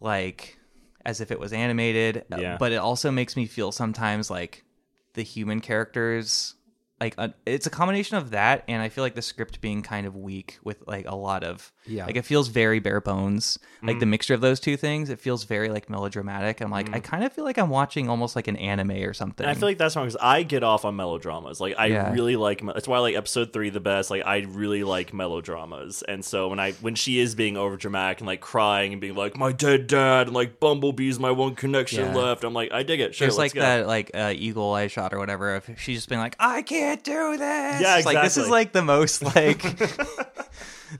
S1: like as if it was animated. Uh,
S2: Yeah.
S1: But it also makes me feel sometimes like the human characters. like a, it's a combination of that and I feel like the script being kind of weak with like a lot of
S3: Yeah.
S1: like it feels very bare bones. Like
S2: Mm.
S1: the mixture of those two things, it feels very like melodramatic. I'm like I kind of feel like I'm watching almost like an anime or something.
S2: And I feel like that's wrong because I get off on melodramas. Like I
S1: Mm. Yeah.
S2: really like. me- That's why I like episode three the best. Like I really like melodramas, and so when I when she is being over dramatic and like crying and being like my dead dad and like Bumblebee's my one connection
S1: Yeah.
S2: left, I'm like I dig it. Sure,
S1: There's
S2: let's
S1: like
S2: go.
S1: that like uh, eagle eye shot or whatever of she's just been like, I can't do this.
S2: Yeah,
S1: It's Like this is
S2: exactly.
S1: like the most like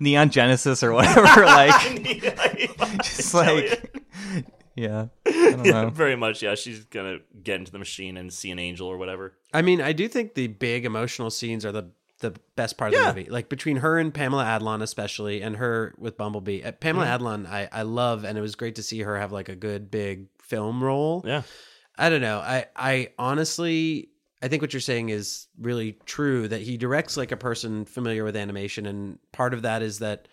S1: Neon Genesis or whatever, like
S2: Just
S1: just like Yeah. I don't know.
S2: very much. Yeah, she's gonna get into the machine and see an angel or whatever.
S3: I mean, I do think the big emotional scenes are the the best part of
S2: Yeah.
S3: the movie. Like between her and Pamela Adlon, especially, and her with Bumblebee. Uh, Pamela
S2: Mm-hmm.
S3: Adlon, I I love, and it was great to see her have like a good big film role.
S2: Yeah.
S3: I don't know. I I honestly I think what you're saying is really true that he directs like a person familiar with animation and part of that is that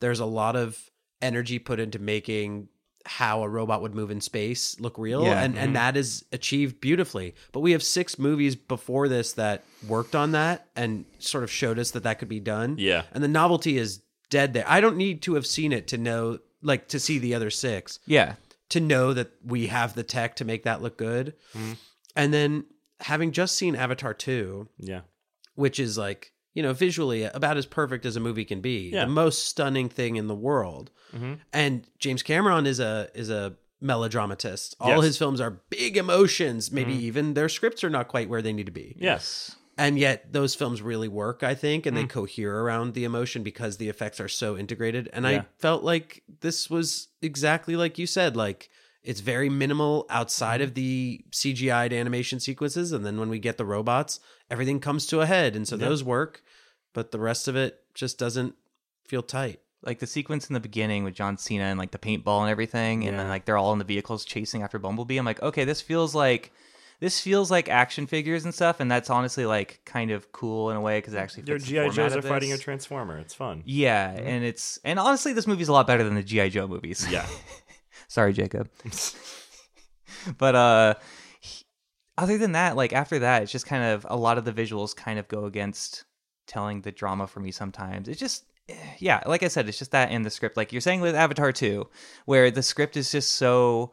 S3: there's a lot of energy put into making how a robot would move in space look real
S1: Yeah.
S3: and and that is achieved beautifully. But we have six movies before this that worked on that and sort of showed us that that could be done.
S2: Yeah.
S3: And the novelty is dead there. I don't need to have seen it to know like to see the other six
S1: Yeah.
S3: to know that we have the tech to make that look good.
S2: Mm-hmm.
S3: And then having just seen Avatar 2,
S2: Yeah.
S3: which is like, you know, visually about as perfect as a movie can be,
S2: Yeah. Mm-hmm.
S3: the most stunning thing in the world. And James Cameron is a is a melodramatist. All
S2: Yes. Mm-hmm.
S3: his films are big emotions, maybe even their scripts are not quite where they need to be.
S2: Yes.
S3: And yet those films really work, I think,
S1: Hmm.
S3: and they cohere around the emotion because the effects are so integrated. And
S2: Yeah.
S3: I felt like this was exactly like you said, like it's very minimal outside
S1: Hmm.
S3: of the CGI 'd animation sequences and then when we get the robots, everything comes to a head and so those work, but the rest of it just doesn't feel tight.
S1: Like the sequence in the beginning with John Cena and like the paintball and everything, and then
S2: Yeah.
S1: like they're all in the vehicles chasing after Bumblebee. I'm like, okay, this feels like this feels like action figures and stuff, and that's honestly like kind of cool in a way because it actually
S2: Your
S1: fits the
S2: GI
S1: format
S2: Joes
S1: of
S2: are fighting a
S1: this.
S2: transformer. It's fun. Mm-hmm.
S1: Yeah, and it's and honestly, this movie's a lot better than the GI Joe movies.
S2: Yeah.
S1: Sorry, Jacob. but uh, he- other than that, like after that, it's just kind of a lot of the visuals kind of go against telling the drama for me. Sometimes it's just eh, yeah, like I said, it's just that in the script, like you're saying with Avatar two, where the script is just so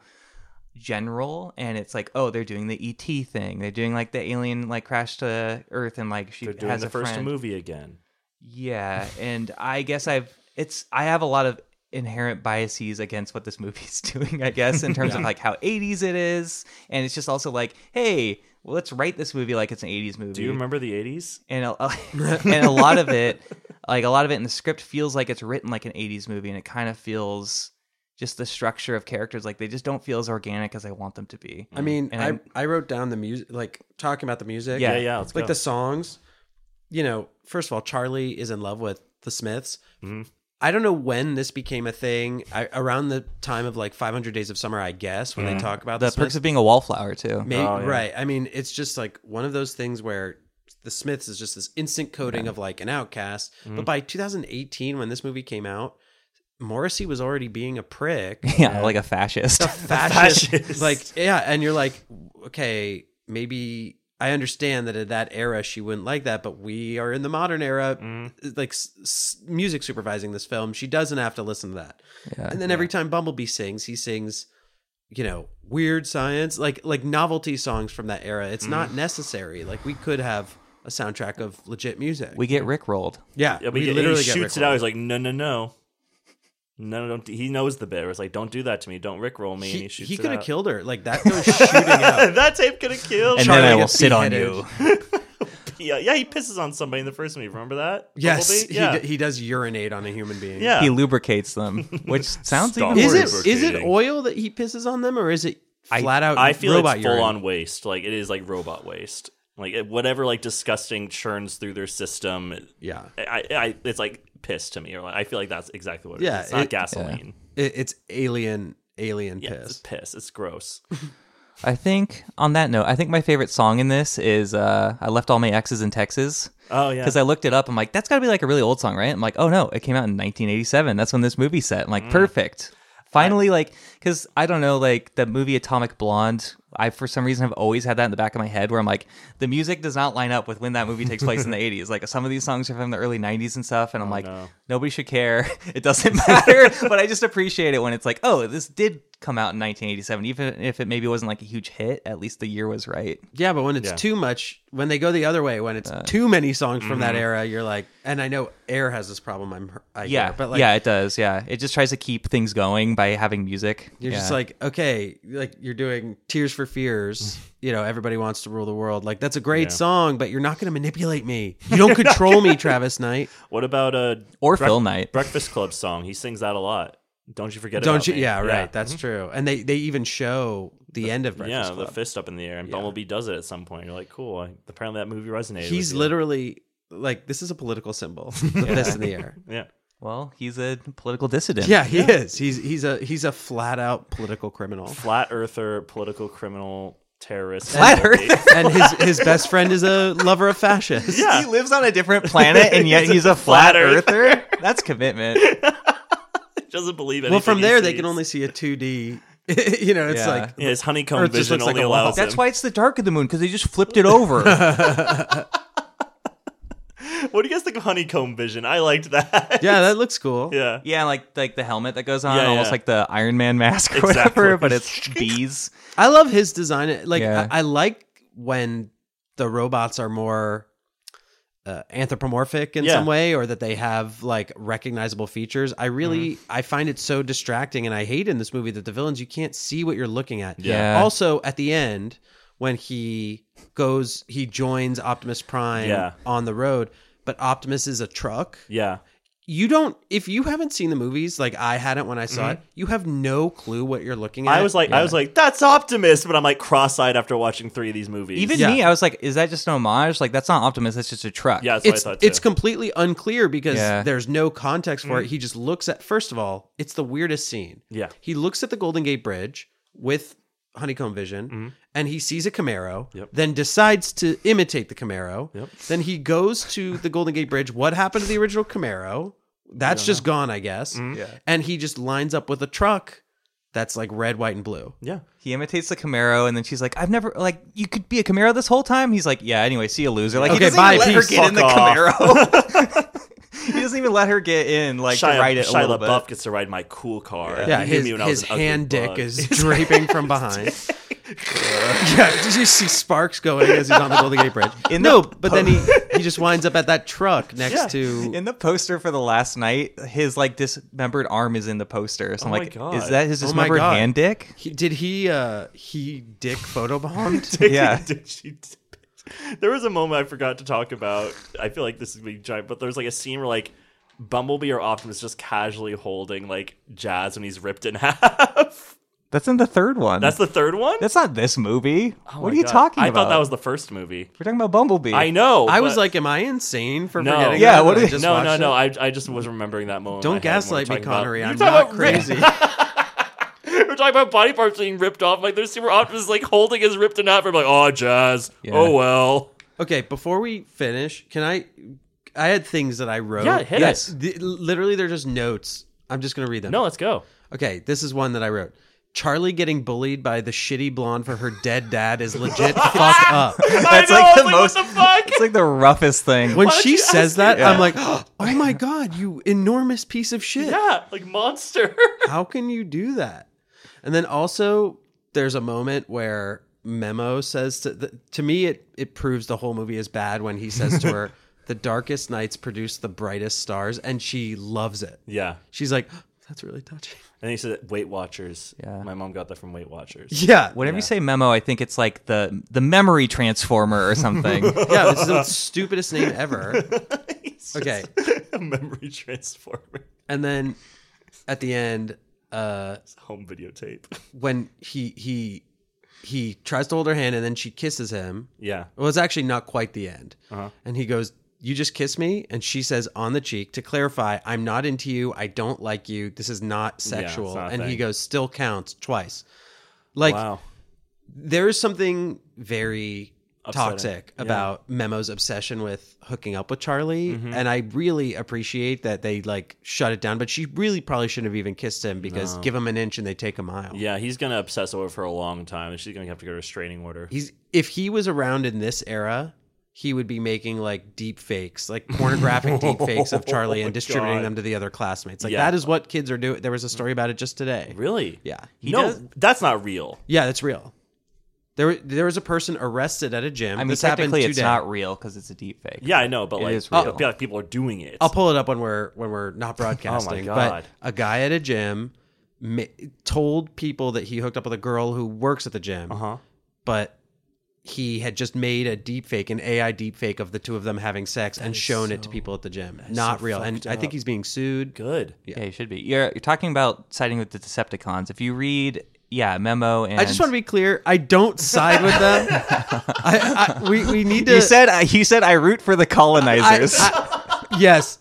S1: general and it's like oh they're doing the et thing they're doing like the alien like crash to earth and like she
S2: They're doing
S1: has
S2: the
S1: a
S2: first
S1: friend.
S2: movie again.
S1: Yeah, and I guess I've it's I have a lot of inherent biases against what this movie's doing, I guess, in terms of like how 80s it is, and it's just also like, hey, well, let's write this movie like it's an 80s movie.
S2: Do you remember the 80s?
S1: And a, and a lot of it, like a lot of it in the script feels like it's written like an 80s movie and it kind of feels just the structure of characters like they just don't feel as organic as I want them to be.
S3: I mean,
S1: Hmm. And
S3: I,
S1: I'm-
S3: I wrote down the music, like talking about the music.
S1: Yeah.
S2: Yeah, yeah. Let's
S3: like
S2: go.
S3: the songs you know first of all charlie is in love with the smiths
S2: Mm-hmm.
S3: i don't know when this became a thing I, around the time of like 500 days of summer i guess when they talk about the,
S1: the perks of being a wallflower too.
S3: May-
S2: Mm-hmm. Oh, yeah.
S3: right i mean it's just like one of those things where the smiths is just this instant coding of like an outcast
S2: Mm-hmm.
S3: but by 2018 when this movie came out morrissey was already being a prick
S1: Yeah, like a fascist.
S3: fascist.
S2: fascist.
S3: Like, yeah, and you're like, okay, maybe I understand that at that era she wouldn't like that, but we are in the modern era,
S2: Mm-hmm.
S3: like s- s- music supervising this film. She doesn't have to listen to that. and then every time Bumblebee sings, he sings, you know, weird science, like like novelty songs from that era. It's
S2: Mm-hmm.
S3: not necessary. Like we could have a soundtrack of legit music.
S1: we get rickrolled.
S3: yeah,
S2: Yeah, but
S3: we
S2: he,
S3: literally
S2: he
S3: get
S2: shoots it
S3: Rickrolled.
S2: out. He's like, no, no, no, no, no, don't. do-" He knows the bit. Where it's like, don't do that to me. Don't rickroll me. and
S3: He,
S2: he shoots.
S3: he
S2: it
S3: could have
S2: out.
S3: killed her. Like that goes shooting out.
S2: that tape could have killed.
S1: And
S3: Charlie
S1: then I will
S3: gets
S1: sit on
S3: beheaded.
S1: you.
S2: yeah, yeah. He pisses on somebody in the first movie. Remember that?
S3: Yes,
S2: Bumblebee?
S3: he,
S2: Yeah.
S3: d- he does urinate on a human being.
S2: yeah.
S1: he lubricates them, which sounds
S2: Stop
S1: even
S2: it.
S3: Is
S1: worse.
S3: it is it
S2: lubricating.
S3: oil that he pisses on them, or is it flat out?
S2: I feel
S3: robot
S2: it's full
S3: urine?
S2: on waste. Like it is like robot waste. Like it- whatever like disgusting churns through their system.
S3: Yeah,
S2: I, I, I it's like piss to me. Or like, I feel like that's exactly what it is.
S3: Yeah,
S2: It's not
S3: it-
S2: gasoline.
S3: It- it's alien alien
S2: Yeah, it's
S3: piss.
S2: piss. It's gross.
S1: I think on that note, I think my favorite song in this is uh, "I Left All My Exes in Texas"
S2: Oh yeah.
S1: because I looked it up. I'm like, that's got to be like a really old song, right? I'm like, oh no, it came out in 1987. That's when this
S2: Mm.
S1: movie set. I'm like, perfect. Finally, like, because I don't know, like the movie Atomic Blonde I, for some reason, have always had that in the back of my head where I'm like, the music does not line up with when that movie takes place in the 80s. Like, some of these songs are from the early 90s and stuff. And I'm like,
S2: Oh, no.
S1: nobody should care. It doesn't matter. but I just appreciate it when it's like, oh, this did come out in 1987. Even if it maybe wasn't like a huge hit, at least the year was right.
S3: Yeah, but when it's
S2: Yeah.
S3: too much, when they go the other way, when it's too many songs from
S2: Mm-hmm.
S3: that era, you're like, and I know Air has this problem. I'm, I hear,
S1: Yeah.
S3: but like,
S1: yeah, it does. Yeah. It just tries to keep things going by having music.
S3: You're just
S1: Yeah.
S3: like, okay, like you're doing Tears for Fears. You know, everybody wants to rule the world. Like that's a great
S2: Yeah.
S3: song, but you're not going to manipulate me. You don't control me, Travis Knight.
S2: What about uh,
S1: or
S2: Brec-
S1: Phil Knight.
S2: Breakfast Club song? He sings that a lot. Don't you forget?
S3: Don't
S2: about
S3: you?
S2: Me. Mm-hmm.
S3: Yeah, right. That's true. And they they even show the, end of Breakfast
S2: yeah,
S3: Club.
S2: the fist up in the air, and Bumblebee does it at some point. You're like, cool. I, apparently, that movie resonated.
S3: He's
S2: with
S3: literally like, this is a political symbol. The fist in the air.
S2: you. yeah.
S1: Well, he's a political dissident.
S3: Yeah, he is. He's he's a he's a flat out political criminal.
S2: flat earther, political criminal, terrorist.
S1: Flat
S2: Bumblebee.
S3: And his his best friend is a lover of fascists.
S1: He lives on a different planet and yet he's a flat earther. That's commitment.
S2: doesn't believe anything.
S3: Well, from
S2: he
S3: there they
S2: sees.
S3: can only see a 2D. you know, it's
S1: Yeah.
S3: like
S2: Yeah, his honeycomb
S3: Earth just
S2: vision
S3: looks like
S2: only
S3: a wall.
S2: allows
S1: That's
S2: him.
S1: why it's the dark of the moon because they just flipped it over.
S2: What do you guys think of honeycomb vision? I liked that.
S3: yeah, that looks cool.
S2: yeah.
S1: yeah, like like the helmet that goes on,
S2: Yeah,
S1: almost
S2: yeah.
S1: like the Iron Man mask or
S2: Exactly.
S1: whatever, but it's bees.
S3: I love his design. Like
S1: Yeah.
S3: I, I like when the robots are more uh, anthropomorphic in
S2: Yeah.
S3: some way, or that they have like recognizable features. I really
S2: Mm-hmm.
S3: I find it so distracting, and I hate in this movie that the villains you can't see what you're looking at.
S1: Yeah.
S3: Also, at the end when he goes, he joins Optimus Prime
S2: Yeah.
S3: on the road, but Optimus is a truck.
S2: Yeah.
S3: You don't if you haven't seen the movies like I hadn't when I saw it. You have no clue what you're looking at.
S2: Mm-hmm. I was like, I was like, that's Optimus, but I'm like cross-eyed after watching three of these movies.
S1: Even
S3: Yeah.
S1: me, I was like, is that just an homage? Like that's not Optimus, that's just a truck.
S2: yeah, that's
S3: it's
S2: what I thought too. Mm.
S3: it's completely unclear because
S1: Yeah.
S3: there's no context for it. He just looks at first of all, it's the weirdest scene.
S2: Yeah.
S3: He looks at the Golden Gate Bridge with honeycomb vision and he sees a Camaro,
S2: Mm-hmm. Yep.
S3: then decides to imitate the Camaro.
S2: Yep.
S3: Then he goes to the Golden Gate Bridge. What happened to the original Camaro? That's just gone, I guess.
S2: Mm-hmm.
S1: Yeah.
S3: And he just lines up with a truck that's like red, white, and blue.
S2: yeah.
S1: He imitates the Camaro and then she's like, I've never like you could be a Camaro this whole time. He's like, Yeah, anyway, see you loser. Like he
S3: Okay,
S1: doesn't
S3: bye,
S1: even let her
S3: peace,
S1: get in the
S2: fuck
S1: Camaro. he doesn't even let her get in, like
S2: Shia,
S1: to ride it a
S2: Shia
S1: little bit.
S2: LaBeouf gets to ride my cool car.
S1: Yeah.
S2: You
S3: Yeah,
S2: knew
S3: his,
S2: me when I
S3: his
S2: was an ugly
S3: hand dick
S2: bug.
S3: is draping from behind. yeah, did you see sparks going as he's on the Golden Gate Bridge?
S1: In
S3: no,
S1: the
S3: but then he, he just winds up at that truck next
S2: Yeah.
S3: to.
S1: In the poster for the last night, his like dismembered arm is in the poster. So I'm
S2: my
S1: like,
S2: God.
S1: is that his
S3: Oh my
S1: dismembered
S3: God.
S1: hand dick?
S3: He, did he uh he dick photobombed?
S1: Yeah.
S2: Did she- there was a moment I forgot to talk about. I feel like this is being giant, but there's like a scene where like Bumblebee or Optimus just casually holding like Jazz when he's ripped in half.
S1: That's in the third one.
S2: That's the third one.
S1: That's not this movie.
S2: Oh
S1: what
S2: my
S1: are you
S2: God.
S1: talking
S2: I
S1: about?
S2: thought that was the first movie.
S1: We're talking about Bumblebee.
S2: I know.
S3: I was
S2: but-
S3: like, am I insane for
S2: No.
S3: forgetting?
S1: Yeah,
S3: that?
S1: what
S3: And I
S1: is-
S3: just
S2: no,
S3: watched
S2: no, no.
S3: it?
S2: I, I just was remembering that moment. in my
S3: Don't
S2: head when
S3: gaslight
S2: we're
S3: me,
S2: talking about-
S3: Connery.
S2: You're
S3: I'm
S2: talking
S3: not
S2: about-
S3: crazy.
S2: we're talking about body parts being ripped off. Like there's super Optimus like holding his ripped in half. I'm like, oh, Jazz.
S1: Yeah.
S2: Oh well.
S3: okay, before we finish, can I? I had things that I wrote.
S2: Yeah, hit
S1: Yes.
S2: it.
S3: Th- literally, they're just notes. I'm just gonna read them.
S2: No, let's go.
S3: Okay, this is one that I wrote. Charlie getting bullied by the shitty blonde for her dead dad is legit fuck up.
S1: That's
S2: I know,
S1: like
S2: I
S1: the
S2: was like,
S1: most-
S2: What the
S1: It's
S2: fuck?
S1: like the roughest thing.
S3: When
S2: Why don't
S3: she
S2: you
S3: says
S2: ask
S3: that,
S2: me
S3: I'm like, oh my god, you enormous piece of shit.
S2: yeah, like monster.
S3: How can you do that? And then also, there's a moment where Memo says to th- to me, it it proves the whole movie is bad when he says to her, "The darkest nights produce the brightest stars," and she loves it.
S2: yeah.
S3: She's like, that's really touching.
S2: And he said Weight Watchers.
S1: Yeah.
S2: My mom got that from Weight Watchers.
S3: Yeah,
S1: Whenever you say memo, I think it's like the the memory transformer or something.
S3: yeah, this is the stupidest name ever. Okay.
S2: A memory transformer.
S3: And then at the end, uh,
S2: Home videotape.
S3: when he he he tries to hold her hand and then she kisses him.
S2: Yeah.
S3: Well, it's actually not quite the end.
S2: Uh-huh.
S3: And he goes, "You just kiss me," and she says on the cheek to clarify, "I'm not into you. I don't like you. This is not sexual."
S2: not a
S3: and he
S2: thing.
S3: goes, "Still counts twice." Like
S2: Wow.
S3: there is something very
S2: upsetting.
S3: toxic
S2: Yeah.
S3: about Memo's obsession with hooking up with Charlie,
S2: Mm-hmm.
S3: and I really appreciate that they like shut it down. But she really probably shouldn't have even kissed him because give him an inch and they take a mile.
S2: Yeah, he's gonna obsess over her for a long time, and she's gonna have to get a restraining order.
S3: He's if he was around in this era, he would be making like deep fakes, like pornographic deep fakes of
S1: Oh
S3: Charlie and distributing
S2: God.
S3: them to the other classmates. Like
S2: Yeah.
S3: that is what kids are doing. There was a story about it just today.
S2: Really?
S3: Yeah.
S1: He
S2: no,
S1: does-
S2: that's not real.
S3: Yeah, that's real. There, there was a person arrested at a gym.
S1: I mean,
S3: this happened
S1: technically,
S3: today.
S1: it's not real because it's a deep fake.
S2: Yeah, I know, but
S1: It
S2: like,
S1: is real.
S2: yeah, people are doing it.
S3: I'll pull it up when we're when we're not broadcasting.
S2: Oh God.
S3: But a guy at a gym ma- told people that he hooked up with a girl who works at the gym,
S2: Uh-huh.
S3: but he had just made a deep fake, an AI deep fake of the two of them having sex and shown it to people at the gym. Not
S2: so
S3: real. And
S2: fucked
S3: I think
S2: up.
S3: he's being sued.
S2: Good.
S1: Yeah, you should be. You're, you're talking about siding with the Decepticons. If you read, yeah, memo and
S3: I just want to be clear. I don't side with them. I, I, we, we need to.
S1: You said uh, you said I root for the colonizers.
S3: yes.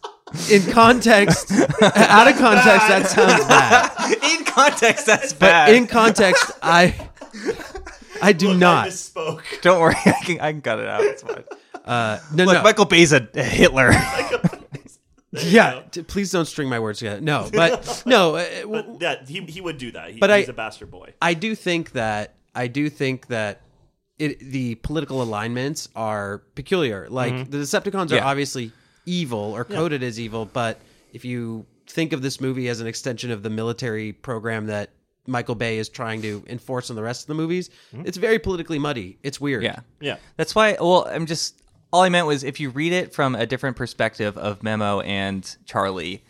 S3: In context, out of context, that sounds bad.
S1: in context, that's
S3: But
S1: bad.
S3: in context, I I do
S2: I
S3: not.
S2: misspoke.
S1: Don't worry, I can, I can cut it out. It's fine.
S3: No,
S1: Look,
S3: no.
S1: Michael Bay's a, a Hitler.
S3: yeah, d- please don't string my words together. No, but no, uh, w-
S2: But yeah, he, he would do that. He,
S3: But I-
S2: he's a bastard boy.
S3: I do think that I do think that it, the political alignments are peculiar. Like the Decepticons are
S1: Yeah.
S3: obviously evil or coded as evil, but if you think of this movie as an extension of the military program that Michael Bay is trying to enforce on the rest of the movies, it's very politically muddy. It's weird.
S1: yeah,
S2: Yeah.
S1: That's why. Well, I'm just. All I meant was if you read it from a different perspective of Memo and Charlie,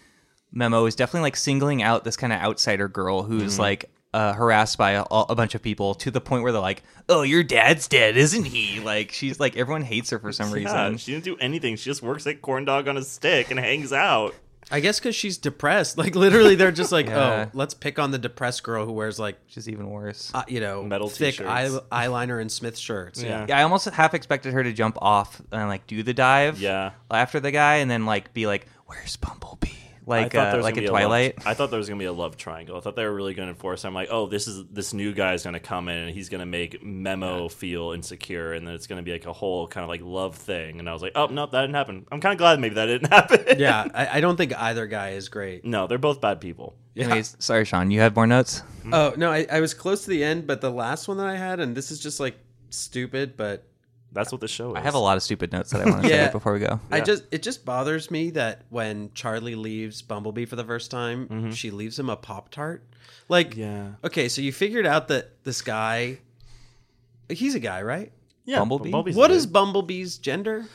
S1: Memo is definitely like singling out this kind of outsider girl who's
S2: Mm-hmm.
S1: like uh, harassed by a, a bunch of people to the point where they're like, "Oh, your dad's dead, isn't he?" Like she's like everyone hates her for some
S2: Yeah,
S3: Um,
S1: reason.
S2: she didn't do anything. She just works like corn dog on a stick and hangs out.
S3: I guess because she's depressed. Like literally, they're just like,
S1: Yeah.
S3: oh, let's pick on the depressed girl who wears like
S1: Which is even worse.
S3: uh, you know,
S2: Metal
S3: thick
S2: t-shirts.
S3: eye, eyeliner and Smith shirts.
S2: Yeah.
S1: yeah, I almost half expected her to jump off and like do the dive.
S2: Yeah.
S1: after the guy, and then like be like, "Where's Bumblebee?" Like
S2: I thought
S1: uh,
S2: there was
S1: like in
S2: gonna be love-
S1: Twilight.
S2: I thought there was gonna be a love triangle. I thought they were really gonna enforce. I'm like, oh, this is this new guy's gonna come in and he's gonna make Memo feel insecure, and then it's gonna be like a whole kind of like love thing. And I was like, oh no, that didn't happen. I'm kind of glad maybe that didn't happen.
S3: Yeah, I, I don't think either guy is great.
S2: no, they're both bad people.
S1: Anyways, sorry, Sean. You have more notes.
S2: Mm-hmm.
S3: Oh no, I, I was close to the end, but the last one that I had, and this is just like stupid, but
S2: That's what the show
S1: I
S2: is.
S1: have a lot of stupid notes that I want to
S3: Yeah. Uh,
S1: say before we go.
S3: I just it just bothers me that when Charlie leaves Bumblebee for the first time, she leaves him a Pop Tart. Like,
S2: Mm-hmm. Yeah.
S3: okay, so you figured out that this guy, he's a guy, right?
S2: yeah,
S1: Bumblebee?
S2: Bumblebee's
S3: What
S2: good.
S3: is Bumblebee's gender?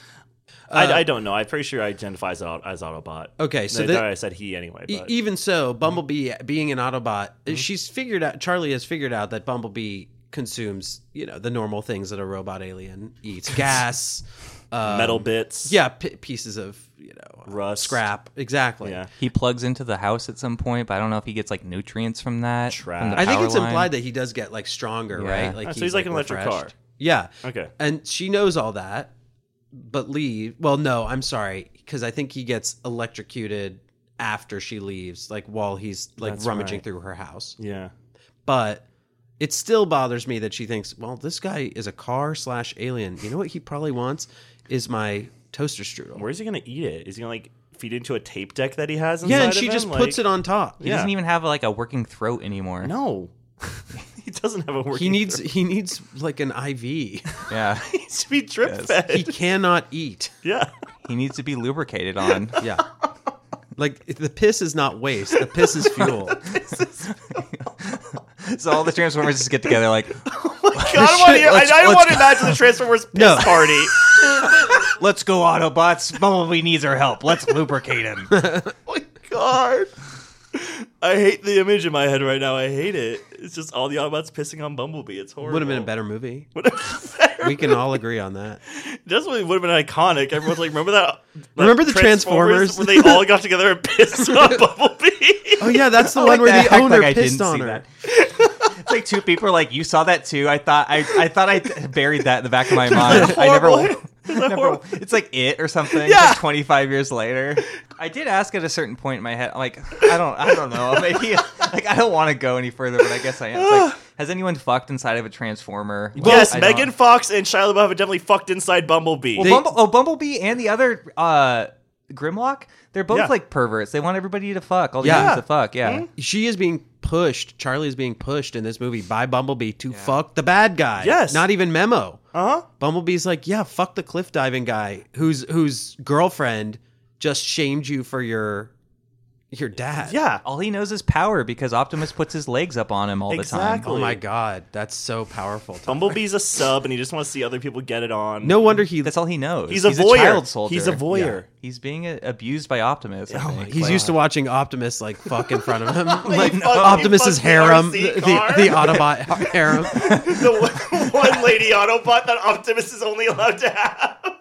S2: I, I don't know. I'm pretty sure I identify as, Aut- as Autobot.
S3: Okay, so
S2: I,
S3: the-
S2: thought I said he anyway.
S3: E-
S2: But. Mm-hmm.
S3: even so, Bumblebee being an Autobot, she's figured out. Charlie has figured out that Bumblebee consumes, you know, the normal things that a robot alien eats: gas, um,
S2: Metal bits.
S3: yeah, p- pieces of you know uh,
S2: Rust.
S3: scrap. Exactly.
S2: Yeah.
S1: He plugs into the house at some point, but I don't know if he gets like nutrients from that.
S2: Trash.
S1: from the
S3: I think
S1: power
S3: it's
S1: line.
S3: implied that he does get like stronger,
S1: Yeah.
S3: right?
S2: Ah, so he's like an electric car.
S3: Yeah.
S2: Okay.
S3: And she knows all that, but leave. Well, no, I'm sorry, because I think he gets electrocuted after she leaves, like while he's like
S2: That's
S3: rummaging
S2: right.
S3: through her house.
S2: Yeah.
S3: but it still bothers me that she thinks, well, this guy is a car slash alien. You know what he probably wants is my toaster strudel.
S2: Where's he gonna eat it? Is he gonna like feed it into a tape deck that he has?
S3: yeah,
S2: inside
S3: and she
S2: of him?
S3: just
S2: Like-
S3: puts it on top.
S1: He doesn't even have like a working throat anymore.
S2: No, he doesn't have a working.
S3: He needs he needs like an IV. He
S1: Yeah,
S2: throat. He needs to be drip fed.
S3: cannot eat.
S2: yeah,
S1: he needs to be lubricated on.
S3: Yeah. Like the piss is not waste. The piss is fuel.
S1: so all the Transformers just get together, like,
S2: God, I don't want to. hear-
S1: let's-
S2: I, I don't
S1: let's
S2: want to imagine the Transformers piss
S3: No.
S2: party.
S1: "Let's go, Autobots! Bumblebee needs our help. Let's lubricate him."
S2: Oh my God, I hate the image in my head right now. I hate it. It's just all the Autobots pissing on Bumblebee. It's horrible.
S3: Would have been a better movie.
S2: Would have been better.
S3: We can all agree on that.
S2: That's what would have been iconic. Everyone's like, remember that? that
S3: Remember the Transformers?
S2: where they all got together and pissed on Bumblebee.
S3: Oh yeah, that's the one where
S1: Act
S3: the owner
S1: I
S3: pissed
S1: didn't
S3: on
S1: see
S3: her.
S1: that. it's like two people are like, "You saw that too." I thought I, I thought I buried that in the back of my mind. I never,
S2: horrible-
S1: I never.
S2: horrible-
S1: It's like it or something. It's
S2: Yeah.
S1: Like Twenty five years later, I did ask at a certain point in my head, I'm like, I don't, I don't know. Maybe like I don't want to go any further, but I guess I am. It's like, Has anyone fucked inside of a transformer? Like,
S2: yes,
S1: I
S2: Megan
S1: don't-
S2: Fox and Shia LaBeouf have definitely fucked inside Bumblebee.
S1: Well, Bumble, oh, Bumblebee and the other uh, Grimlock, they're both
S2: Yeah. Mm-hmm.
S1: like perverts. They want everybody to fuck. All they
S3: Yeah.
S1: do is to fuck. Yeah.
S3: She is being pushed. Charlie is being pushed in this movie by Bumblebee to fuck the bad guy.
S2: Yes.
S3: Not even Memo.
S2: uh huh.
S3: Bumblebee's like, yeah, fuck the cliff diving guy whose whose girlfriend just shamed you for your your dad.
S2: Yeah.
S1: All he knows is power because Optimus puts his legs up on him all the
S2: Exactly.
S1: time.
S3: Oh my god, that's so powerful. Tom.
S2: Bumblebee's a sub, and he just wants to see other people get it on.
S3: No wonder he
S1: That's all he knows.
S2: He's a voyeur.
S1: child soldier.
S2: He's a voyeur. Oh
S1: Yeah. He's being uh, abused by Optimus. I think.
S3: he's
S1: Like-
S3: used to watching Optimus like fuck in front of him. like
S2: fucking-
S3: Optimus's
S2: he fucks the
S3: harem, the,
S2: RC
S3: the,
S2: car.
S3: the Autobot harem.
S2: the one- one lady Autobot that Optimus is only allowed to have.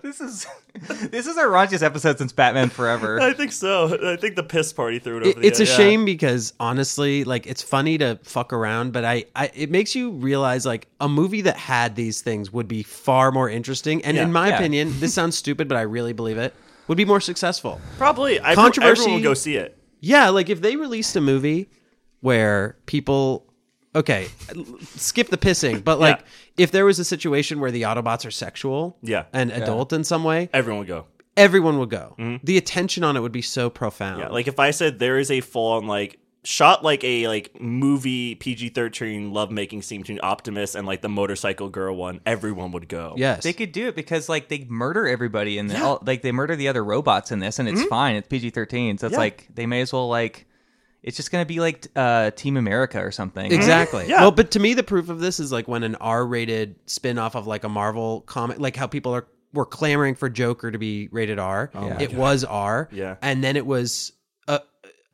S1: This is this is our raunchiest episode since Batman Forever.
S2: I think so. I think the piss party threw it over.
S3: It-
S2: the
S3: it's a
S2: edge. Yeah.
S3: shame because honestly like it's funny to fuck around but I, I it makes you realize like a movie that had these things would be far more interesting and
S2: Yeah.
S3: in my
S1: Yeah.
S3: opinion this sounds stupid but i really believe it would be more successful
S2: Probably I,
S3: Controversy-
S2: Everyone will go see it.
S3: yeah like if they released a movie where people okay skip the pissing but like if there was a situation where the autobots are sexual
S2: Yeah.
S3: and adult in some way
S2: Everyone will go.
S3: everyone would go the attention on it would be so profound
S2: Mm-hmm. Yeah, like if I said there is a full on like shot like a like movie PG thirteen love making scene between Optimus and like the motorcycle girl one, everyone would go.
S3: yes
S1: They could do it because like they murder everybody in the, all, like they murder the other robots in this and it's fine. It's PG thirteen, so it's
S2: Mm-hmm. Yeah.
S1: like they may as well like it's just gonna be like t- uh, Team America or something.
S2: Mm-hmm.
S3: Exactly.
S2: Yeah.
S3: Well, but to me, the proof of this is like when an R-rated spin-off of like a Marvel comic, like how people are were clamoring for Joker to be rated R.
S1: my
S3: it was R.
S2: Oh Yeah.
S3: And then it was a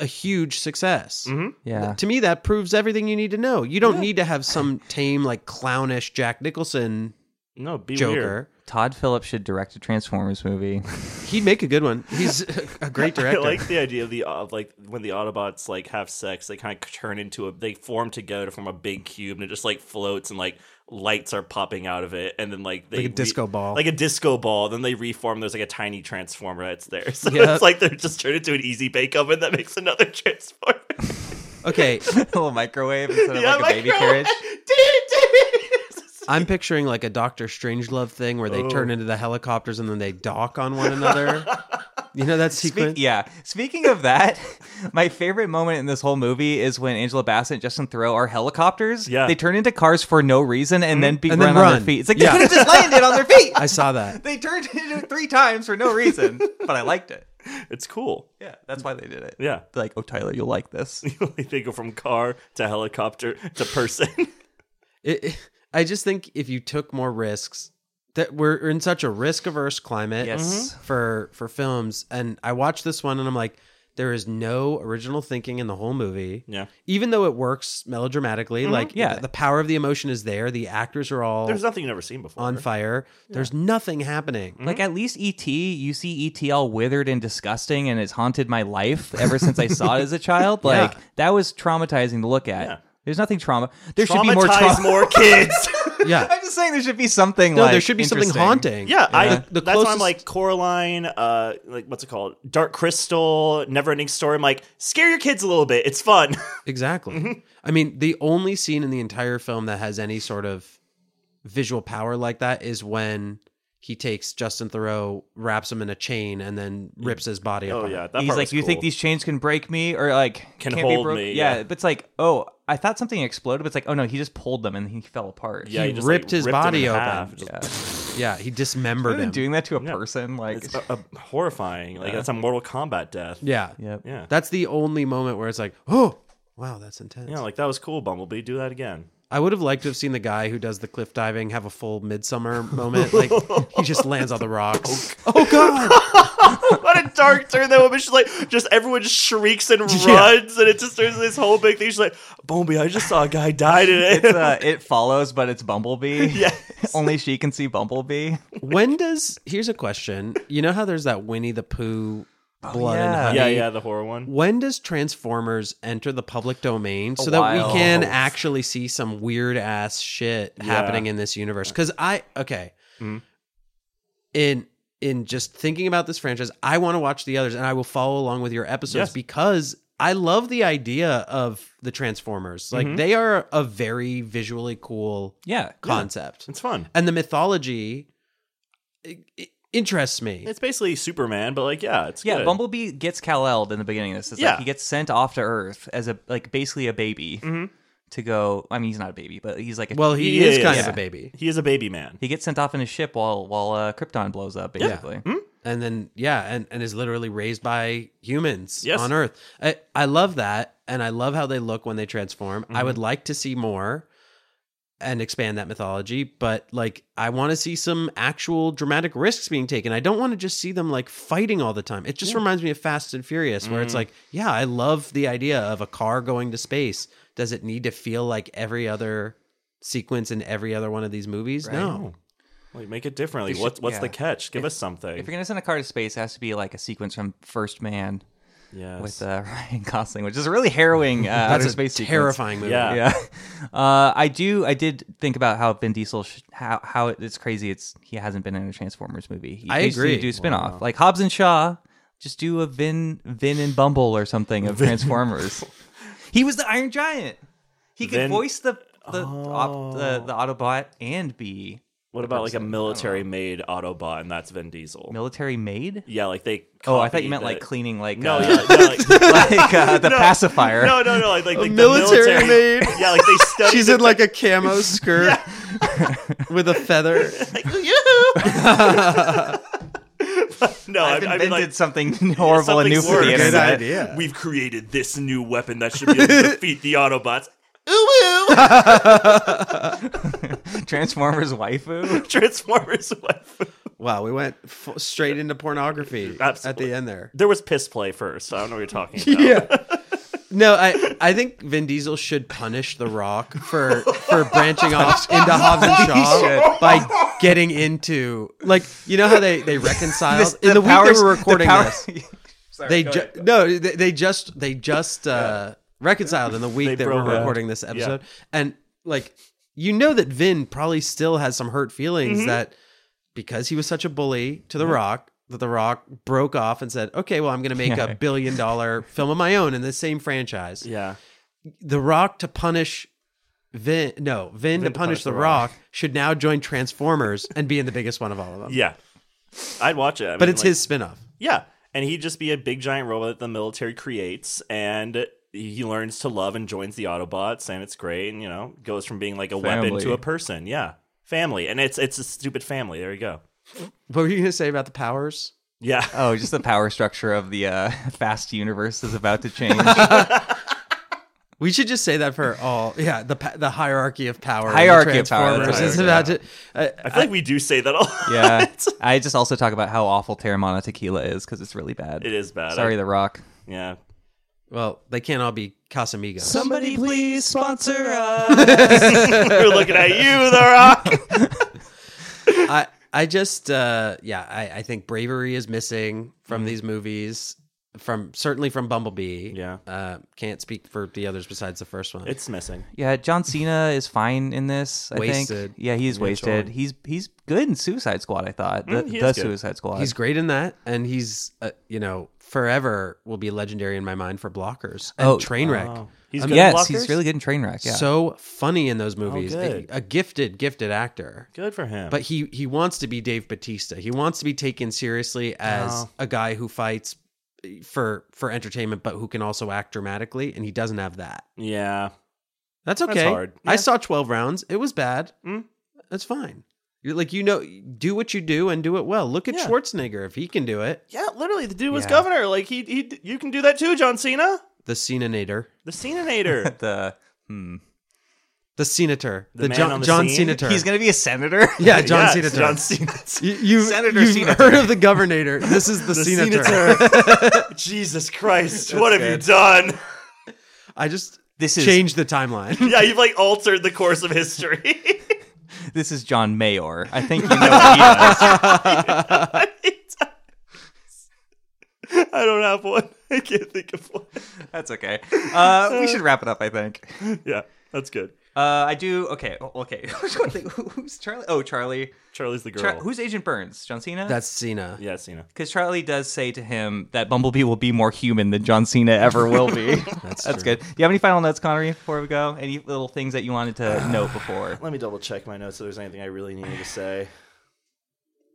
S3: a huge success.
S2: Mm-hmm.
S1: Yeah.
S3: To me, that proves everything you need to know. You don't need to have some tame, like clownish Jack Nicholson
S2: No, be
S3: Joker.
S1: Todd Phillips should direct a Transformers movie.
S3: He'd make a good one. He's a great
S2: weird. I
S3: director.
S2: like the idea of the of like when the Autobots like have sex, they kind of turn into a they form together to form a big cube and it just like floats and like lights are popping out of it and then like they
S3: Like a disco ball.
S2: like a disco ball. Then they reform. There's like a tiny transformer that's there. So
S3: Yeah.
S2: it's like they're just turned into an easy bake oven that makes another transformer.
S3: okay,
S1: a little microwave instead of
S2: Yeah,
S1: like a baby
S2: microwave.
S1: carriage.
S3: I'm picturing like a Doctor Strangelove thing where they turn
S2: Oh.
S3: into the helicopters and then they dock on one another. you know that sequence?
S1: Speak- yeah. Speaking of that, my favorite moment in this whole movie is when Angela Bassett and Justin Thoreau are helicopters.
S2: Yeah.
S1: They turn into cars for no reason and then be
S3: Mm-hmm. And then
S1: run, on
S3: run.
S1: their feet. It's like
S3: Yeah.
S1: they could have just landed on their feet.
S3: I saw that.
S1: they turned into it three times for no reason, but I liked it.
S2: It's cool.
S1: Yeah, that's why they did it.
S2: Yeah.
S1: Like, oh, Tyler, you'll like this.
S3: Mm-hmm.
S2: they go from car to helicopter to person.
S3: It, it- I just think if you took more risks, that we're in such a risk-averse climate
S1: Yes.
S2: Mm-hmm.
S3: for for films. And I watched this one, and I'm like, there is no original thinking in the whole movie.
S2: yeah.
S3: Even though it works melodramatically, like
S1: Yeah.
S3: the, the power of the emotion is there. The actors are all
S2: There's nothing you've never seen before.
S3: on fire. There's nothing happening.
S1: Like at least ET, you see ET all withered and disgusting, and it's haunted my life ever since I saw it as a child. Like that was traumatizing to look at.
S2: Yeah.
S1: There's nothing trauma. There should be more
S2: Traumatize
S1: trauma.
S2: more, kids.
S3: Yeah.
S1: I'm just saying there should be something.
S3: No,
S1: like,
S3: there should be something
S1: interesting.
S3: haunting.
S2: Mm-hmm. yeah, I.
S3: The- the
S2: that's why I'm
S3: closest-
S2: like Coraline. Uh, like what's it called? Dark Crystal, Never Ending Story. I'm like scare your kids a little bit. It's fun.
S3: Exactly. I mean, the only scene in the entire film that has any sort of visual power like that is when he takes Justin Thoreau, wraps him in a chain, and then rips his body
S2: oh
S3: apart.
S2: yeah, that
S1: He's
S2: part
S1: like,
S2: was
S1: you think
S2: cool.
S1: these chains can break me or like
S2: Can
S1: not be
S2: hold
S1: broke?
S2: me,
S1: Yeah.
S2: yeah.
S1: but it's like, oh, I thought something exploded, but it's like, oh no, he just pulled them and he fell apart.
S2: Yeah,
S3: he
S2: just,
S3: ripped
S2: like,
S3: his
S2: him in
S3: body open.
S2: half. Just-
S3: Yeah, he dismembered
S1: Imagine
S3: him.
S1: doing that to a person, like,
S2: It's uh, uh, horrifying. Like that's a Mortal Kombat death.
S3: yeah.
S1: yep.
S2: Yeah.
S3: That's the only moment where it's like, oh, wow, that's intense.
S2: Yeah, like that was cool, Bumblebee. Do that again.
S3: I would have liked to have seen the guy who does the cliff diving have a full midsummer moment. Like, he just lands on the rocks. Oh, God.
S2: What a dark turn that woman. She's like, just everyone shrieks and runs, and it just turns into this whole big thing. She's like, Bumblebee, I just saw a guy die today.
S1: It's, uh, it follows, but it's Bumblebee.
S2: Yes.
S1: Only she can see Bumblebee.
S3: when does here's a question you know how there's that winnie the pooh blood and
S1: yeah.
S3: honey
S2: yeah, yeah, the horror one.
S3: when does transformers enter the public domain so that
S1: while.
S3: we can actually see some weird ass shit happening in this universe because i okay
S2: Mhm.
S3: in in just thinking about this franchise i want to watch the others and i will follow along with your episodes
S2: Yes.
S3: because I love the idea of the Transformers. Like
S2: Mm-hmm.
S3: they are a very visually cool
S1: Yeah.
S3: concept.
S2: It's fun.
S3: And the mythology i- i- interests me.
S2: It's basically Superman, but like, yeah, it's
S1: Yeah,
S2: good.
S1: Bumblebee gets Kal El in the beginning of this. It's
S2: Yeah.
S1: like he gets sent off to Earth as a like basically a baby
S2: Mm-hmm.
S1: to go. I mean, he's not a baby, but he's like a,
S3: well, he,
S2: Yeah,
S3: is
S2: yeah,
S3: kind
S2: yeah.
S3: of a baby.
S2: He is a baby man.
S1: he gets sent off in a ship while while uh, Krypton blows up. Basically,
S3: and then yeah and, and is literally raised by humans
S2: Yes.
S3: on earth I, I love that and i love how they look when they transform i
S2: Mm-hmm.
S3: would like to see more and expand that mythology but like i want to see some actual dramatic risks being taken i don't want to just see them like fighting all the time it just reminds me of fast and furious where it's
S2: Mm-hmm.
S3: like yeah i love the idea of a car going to space does it need to feel like every other sequence in every other one of these movies no
S2: Like, make it differently.
S1: They
S2: What's
S1: should-
S2: what's the
S1: yeah.
S2: catch? Give us something.
S1: if you're gonna send a car to space, it has to be like a sequence from First Man
S2: yes.
S1: with uh, Ryan Gosling, which is a really harrowing uh,
S3: that's
S1: outer
S3: a
S1: space sequence.
S3: terrifying movie
S2: Yeah.
S1: yeah. Uh, I do. I did think about how Vin Diesel, sh- how how it, it's crazy. It's he hasn't been in a Transformers movie. He
S3: I
S1: needs to
S3: agree.
S1: Do a spinoff like Hobbs and Shaw. Just do a Vin Vin and Bumble or something of Transformers. he was the Iron Giant. He could
S2: Vin-
S1: voice the the, op, the the Autobot and be
S2: what about like a military made Autobot, and that's Vin Diesel?
S1: military maid.
S2: yeah, like they.
S1: Oh, I thought you
S2: copied
S1: meant like
S2: the-
S1: cleaning, like
S2: No,
S1: uh,
S2: yeah, no, like,
S1: like uh, the pacifier.
S2: no, no, no, like, like, like the
S3: military
S2: military
S3: maid.
S2: Yeah, like they studied.
S3: She's
S2: the-
S3: in like a camo skirt with a feather.
S2: like, yoo-hoo! But no, I,
S1: I've
S2: I mean,
S1: invented
S2: like,
S1: something horrible and new
S2: something's
S1: for the
S2: worse.
S1: internet.
S3: Good idea.
S2: We've created this new weapon that should be able to defeat the Autobots. Ooh, ooh.
S1: Transformers waifu.
S2: Transformers waifu.
S3: Wow, we went f- straight into pornography at
S2: Absolutely.
S3: the end there.
S2: There was piss play first. So I don't know what you're talking about.
S3: Yeah. No, I I think Vin Diesel should punish The Rock for for branching off into Hobbs and Shaw
S1: should.
S3: by getting into like you know how they they reconciled
S1: This-
S3: in the, week
S1: powers-
S3: they
S1: the
S3: were recording
S1: power-
S3: this. They ju- no, they, they just they just uh, reconciled in the week
S2: They
S3: that
S2: broke
S3: we're
S2: up.
S3: recording this episode, and like you know that Vin probably still has some hurt feelings that because he was such a bully to The Rock that The Rock broke off and said, "Okay, well, I'm going to make a billion dollar film of my own in the same franchise."
S2: Yeah.
S3: The Rock to punish. Vin, no, Vin, to punish, The Rock, should now join Transformers and be in the biggest one of all of them.
S2: Yeah. I'd watch it. I
S3: but
S2: mean,
S3: it's
S2: like-
S3: his spin off.
S2: Yeah. And he'd just be a big giant robot that the military creates and he learns to love and joins the Autobots and it's great and you know, goes from being like a weapon
S1: Family.
S2: to a person. Yeah. Family. And it's it's a stupid family. There you go.
S3: What were you going to say about the powers?
S2: Yeah.
S1: Oh, just the power structure of the uh, fast universe is about to change.
S3: We should just say that for all. Yeah, the pa- the hierarchy of power. in
S1: Hierarchy
S3: the
S1: of power,
S3: Transformers
S1: that's
S3: is
S1: right,
S3: about to. Uh,
S2: I feel like we do say that all
S1: yeah, I just also talk about how awful Terramana tequila is because it's really bad.
S2: It is bad.
S1: Sorry,
S2: I-
S1: The Rock.
S2: yeah.
S3: well, they can't all be Casamigos.
S1: Somebody please sponsor us.
S2: We're looking at you, The Rock.
S3: I I just uh, yeah, I, I think bravery is missing from
S1: Mm-hmm.
S3: these movies. From certainly from Bumblebee.
S2: Yeah.
S3: uh, can't speak for the others besides the first one.
S2: It's missing.
S1: Yeah, John Cena is fine in this. I
S3: Wasted.
S1: think. Yeah, he's wasted.
S2: choice.
S1: He's he's good in Suicide Squad. I thought the,
S2: he
S1: the
S2: is good.
S1: Suicide Squad.
S3: he's great in that, and he's uh, you know forever will be legendary in my mind for blockers and
S1: Oh,
S3: Trainwreck.
S2: Oh. He's
S3: I
S2: good
S3: mean,
S2: at
S1: yes, he's
S2: blockers?
S1: really good in Trainwreck. Yeah. Oh,
S3: So funny in those movies.
S2: good.
S3: a, a gifted, gifted actor.
S2: Good for him.
S3: but he he wants to be Dave Batista. He wants to be taken seriously as
S2: Oh.
S3: a guy who fights eh, for for entertainment, but who can also act dramatically, and he doesn't have that.
S2: yeah.
S3: That's okay.
S2: That's hard.
S3: I
S2: Yeah.
S3: saw twelve rounds. It was bad.
S2: Mm.
S3: That's fine. You're like you know, do what you do and do it well. Look at
S2: Yeah.
S3: Schwarzenegger if he can do it.
S2: Yeah, literally, the dude was
S1: Yeah.
S2: governor. Like he, he, you can do that too, John Cena,
S3: The Cenator,
S2: the Cenator.
S1: the hmm.
S3: the Senator, the,
S2: man
S3: John
S2: on the
S3: John
S2: scene?
S3: Senator.
S1: he's gonna be a senator.
S3: yeah, John
S2: Yes,
S3: Senator.
S2: John Cena.
S3: you, you,
S1: Senator
S3: you've
S1: Senator.
S3: heard of the Governator. This is the, Senator.
S2: Jesus Christ, what have you done?
S3: I just
S1: This is
S3: changed the timeline.
S2: Yeah, you've like altered the course of history.
S1: this is John Mayor. I think you know what he is.
S2: I don't have one. I can't think of one.
S1: That's okay. Uh, we should wrap it up. I think.
S2: Yeah, that's good.
S1: Uh, I do. Okay. oh, Okay. Which one thing- who- who's Charlie? Oh, Charlie.
S2: Charlie's the girl.
S1: Char- who's Agent Burns? John Cena?
S3: That's Cena.
S2: yeah, Cena.
S1: Because Charlie does say to him that Bumblebee will be more human than John Cena ever will be. That's,
S3: true.
S1: good. Do you have any final notes, Connery, before we go? Any little things that you wanted to note before?
S2: Let me double check my notes if there's anything I really needed to say.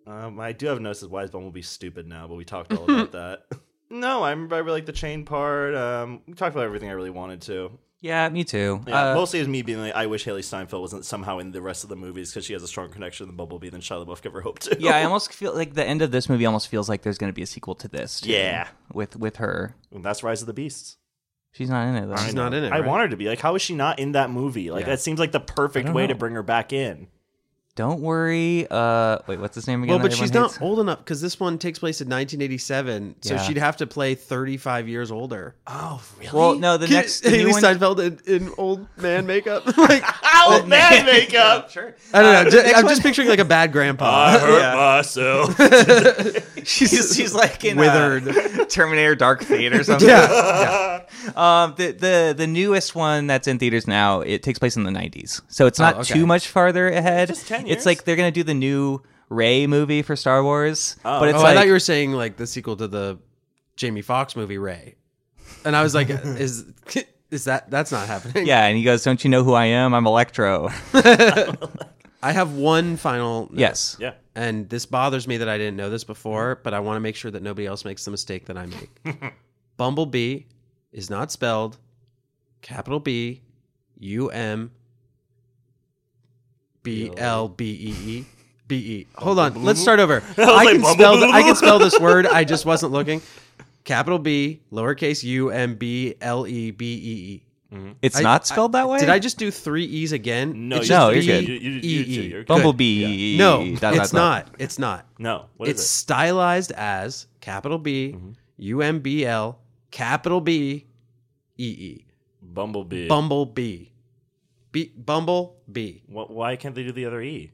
S2: Um, I do have notes as why is Bumblebee stupid now, but we talked all about that. No, I remember I really like the chain part. Um, we talked about everything I really wanted to.
S1: Yeah, me too.
S2: Yeah,
S1: Uh,
S2: mostly is me being like, I wish Haley Steinfeld wasn't somehow in the rest of the movies because she has a stronger connection to Bumblebee than Shia LaBeouf ever hoped to.
S1: yeah, I almost feel like the end of this movie almost feels like there's going to be a sequel to this. too,
S2: Yeah.
S1: with with her,
S2: And that's Rise of the Beasts.
S1: she's not in it though.
S3: She's not in it.
S2: I
S3: right?
S2: want her to be like, how is she not in that movie? Like
S3: Yeah.
S2: that seems like the perfect
S1: don't
S2: way to
S1: know.
S2: bring her back in.
S1: Don't worry. Uh, wait, what's his name again?
S3: Well,
S1: that
S3: but
S1: everyone
S3: she's not
S1: hates?
S3: old enough because this one takes place in 1987, so
S1: Yeah.
S3: she'd have to play 35 years older.
S2: Oh, really?
S1: Well, no, the
S3: Get
S1: next the new
S3: Haley
S1: one-
S3: Steinfeld in, in old man makeup. like
S2: owl man makeup.
S1: Sure.
S3: I don't know. ju-
S1: Uh, next
S3: I'm
S1: one- Uh,
S3: just picturing like a bad grandpa.
S2: I hurt
S1: Yeah.
S2: myself.
S1: She's, she's like in uh,
S3: Withered.
S1: Terminator Dark Fate or something.
S3: yeah.
S1: Um, the, the the newest one that's in theaters now, it takes place in the '90s, so it's not
S3: Oh, okay.
S1: too much farther ahead.
S2: Just 10 years?
S1: It's like they're gonna do the new Ray movie for Star Wars,
S2: Oh.
S1: but it's
S3: Oh, I
S1: like
S3: thought you were saying like the sequel to the Jamie Foxx movie Ray, and I was like, is is that that's not happening?
S1: yeah, and he goes, "Don't you know who I am? I'm Electro."
S3: I have one final. note,
S1: yes.
S2: yeah.
S3: And this bothers me that I didn't know this before, but I want to make sure that nobody else makes the mistake that I make. Bumblebee is not spelled capital B U M B L B E E B E. Hold on, let's start over. I
S2: like,
S3: can spell
S2: "Bumble-
S3: th- I can spell this word. I just wasn't looking. Capital B, lowercase U M B L E B E E.
S1: It's
S3: I-
S1: not spelled that way.
S3: Did I just do three E's again?
S2: No,
S3: It's
S2: you-
S3: just
S1: no, you're good.
S2: You- you- you
S3: B E E.
S2: do, you're good.
S1: Bumblebee?
S3: No,
S1: dot, dot,
S3: it's
S1: dot.
S3: not. It's not
S2: No. What is
S3: it's stylized as capital B U M B L capital B E E
S2: it? Bumblebee.
S3: Bumble B B Bumble B.
S2: Wh- why can't they do the other E?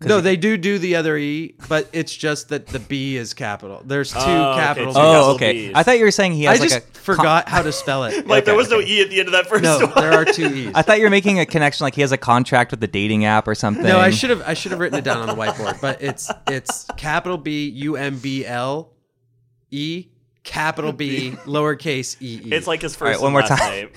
S3: No, they do do the other E, but it's just that the B is capital. There's two
S2: Oh, okay,
S3: capital.
S2: two
S3: B's.
S2: capital-
S1: Oh, okay.
S2: Bees.
S1: I thought you were saying he
S3: I
S1: has like
S3: just
S1: a con-
S3: forgot how to spell it.
S2: Like there
S1: Okay,
S2: was no E at the end of that first
S3: no,
S2: one.
S3: there are two E's.
S1: I thought you were making a connection like he has a contract with the dating app or something.
S3: no, I should have. I should have written it down on the whiteboard. But it's it's capital B U M B L E capital B lowercase E E.
S2: It's like his
S1: right,
S2: first
S1: one
S2: and
S1: more
S2: last
S1: time.
S2: name.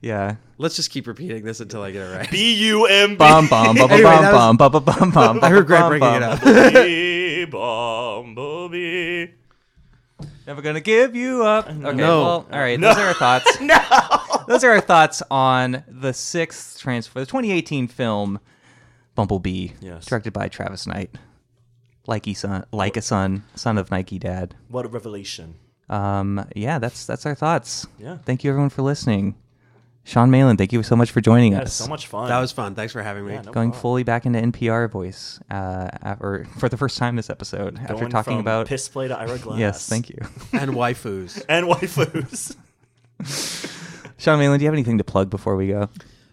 S1: Yeah.
S3: let's just keep repeating this until I get it right.
S2: B U M B.
S1: Bum bum bum bum
S3: Anyway, that was-
S1: bum bum bum bum bum.
S3: I regret
S1: bum,
S3: bringing
S1: bum.
S3: it up.
S2: Bumblebee, E, Bumblebee.
S1: Never gonna give you up. Okay,
S3: No.
S1: well, all right. Those are our thoughts. no, those are our thoughts on the sixth transfer, the 2018 film Bumblebee,
S2: Yes.
S1: directed by Travis Knight, like a son, like a son, son of Nike dad.
S2: What a revelation.
S1: Um, yeah, that's that's our thoughts.
S2: Yeah.
S1: Thank you everyone for listening. Sean Malin, thank you so much for joining us.
S2: That's so much fun.
S3: That was fun. Thanks for having me.
S2: Yeah, no
S1: Going
S2: problem.
S1: fully back into NPR voice, uh, af- or for the first time this episode, after
S2: Going
S1: talking
S2: from
S1: about
S2: piss play to Ira Glass.
S1: yes, thank you,
S3: and waifus.
S2: And waifus.
S1: Sean Malin. Do you have anything to plug before we go?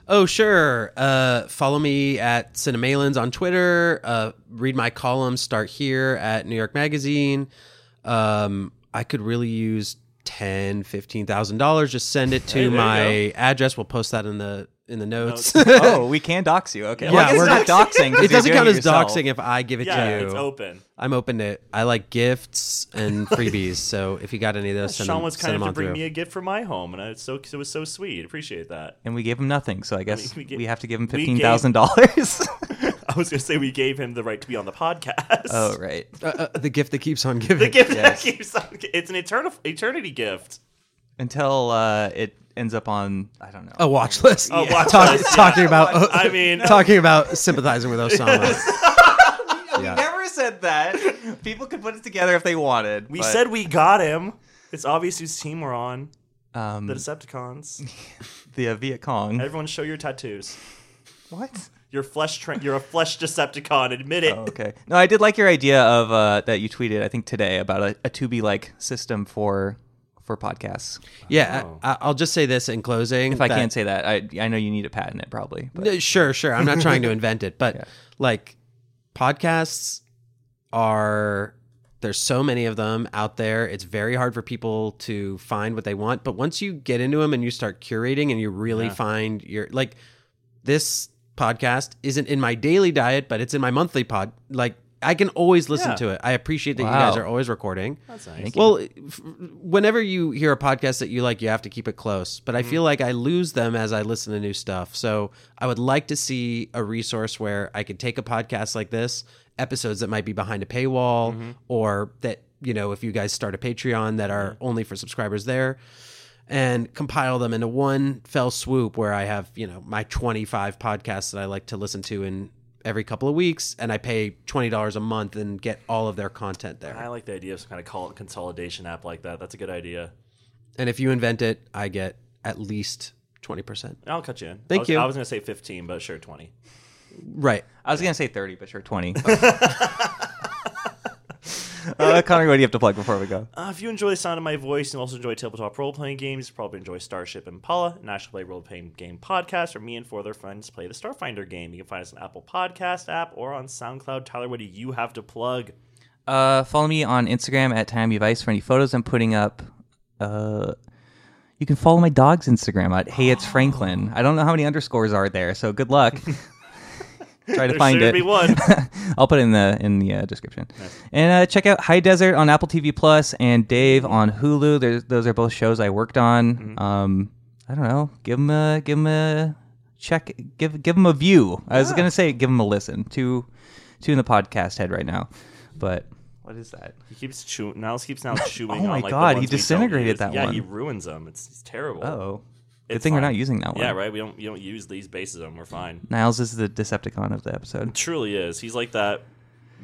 S3: Oh, sure. Uh, follow me at Cinemalins on Twitter. Uh, read my columns. Start here at New York Magazine. Um, I could really use ten, fifteen thousand dollars. Just send it
S2: Hey,
S3: to
S2: there you
S3: my address. We'll post that in the in the notes.
S1: oh, we can dox you. Okay.
S3: Yeah,
S1: well, I guess
S3: we're
S1: it's not doxing. 'cause
S3: it
S1: you're
S3: doesn't
S1: doing
S3: count
S1: it
S3: as
S1: yourself.
S3: doxing if I give it
S2: Yeah,
S3: to you.
S2: it's open.
S3: I'm open to. I like gifts and freebees. so if you got any of those, send
S2: Sean
S3: them,
S2: was
S3: send
S2: kind
S3: them
S2: enough to
S3: on
S2: bring
S3: through.
S2: me a gift from my home, and I, it's so it was so sweet. Appreciate that.
S1: And we gave him nothing, so I guess we,
S2: we gave-
S1: have to give him
S2: we
S1: fifteen thousand dollars.
S2: I was gonna say we gave him the right to be on the podcast.
S1: oh right.
S3: Uh, uh, the gift that keeps on giving.
S2: the gift
S1: Yes.
S2: that keeps on. It's an eternal eternity gift.
S1: Until uh, it ends up on I don't know.
S3: a watch list.
S2: A watch
S3: Talk-
S2: list, yeah.
S3: Talking about,
S2: I mean-
S3: talking about sympathizing with Osama.
S1: We never said that. People could put it together if they wanted.
S2: We
S1: but,
S2: said we got him. It's obvious whose team we're on.
S1: um,
S2: The Decepticons.
S1: the uh, Viet Cong.
S2: Everyone, show your tattoos.
S1: What?
S2: You're flesh. Tra- you're a flesh Decepticon. Admit it.
S1: Oh, okay. No, I did like your idea of uh, that you tweeted. I think today about a, a to be like system for for podcasts.
S3: yeah,
S2: Oh.
S3: I, I'll just say this in closing.
S1: If I can't say that, I I know you need to patent it probably. But
S3: sure, sure. I'm not trying to invent it, but like podcasts are There's so many of them out there. It's very hard for people to find what they want. But once you get into them and you start curating and you really find your like this podcast isn't in my daily diet, but it's in my monthly pod. Like I can always listen
S2: Yeah.
S3: to it. I appreciate that you
S1: Wow.
S3: guys are always recording.
S2: That's
S1: Thank
S2: nice.
S1: you.
S3: Well, f- whenever you hear a podcast that you like, you have to keep it close. But I
S1: Mm-hmm.
S3: feel like I lose them as I listen to new stuff. So I would like to see a resource where I could take a podcast like this, episodes that might be behind a paywall,
S1: Mm-hmm.
S3: or that, you know, if you guys start a Patreon that are
S1: Mm-hmm.
S3: only for subscribers there, and compile them into one fell swoop where I have, you know, my 25 podcasts that I like to listen to in every couple of weeks and I pay $20 a month and get all of their content there.
S2: I like the idea of some kind of call consolidation app like that. That's a good idea.
S3: And if you invent it, I get at least 20%.
S2: I'll cut you in.
S3: Thank
S2: I was,
S3: you.
S2: I was going to say 15, but sure, 20.
S3: Right.
S1: I was gonna say thirty, but sure, twenty. uh, Connor, what do you have to plug before we go?
S2: Uh, if you enjoy the sound of my voice and also enjoy tabletop role playing games, you probably enjoy Starship Impala, an actual play role playing game podcast where me and four other friends play the Starfinder game. You can find us on Apple Podcast app or on SoundCloud. Tyler, what do you have to plug?
S1: Uh, follow me on Instagram at Tammy Vice for any photos I'm putting up. Uh, you can follow my dog's Instagram at Hey It's Franklin. I don't know how many underscores are there, so good luck. Try to
S2: There
S1: find
S2: should
S1: it.
S2: be one.
S1: I'll put it in the in the uh, description. And uh, check out High Desert on Apple TV Plus and Dave on Hulu. There's, those are both shows I worked on.
S2: Mm-hmm.
S1: Um, I don't know. Give them a give 'em a check. Give give them a view. I was gonna say give them a listen. Two two in the podcast head right now, but what is that?
S2: He keeps chewing. Niles keeps now chewing.
S1: Oh my
S2: on, like,
S1: God,
S2: the
S1: he
S2: ones we don't
S1: disintegrated
S2: use.
S1: that
S2: yeah,
S1: one.
S2: he ruins them. It's, it's terrible.
S1: Oh, good
S2: It's
S1: thing we're
S2: fine.
S1: not using that one.
S2: Yeah, right. We don't. You don't use these bases. Of them. We're fine.
S1: Niles is the Decepticon of the episode.
S2: Truly is. He's like that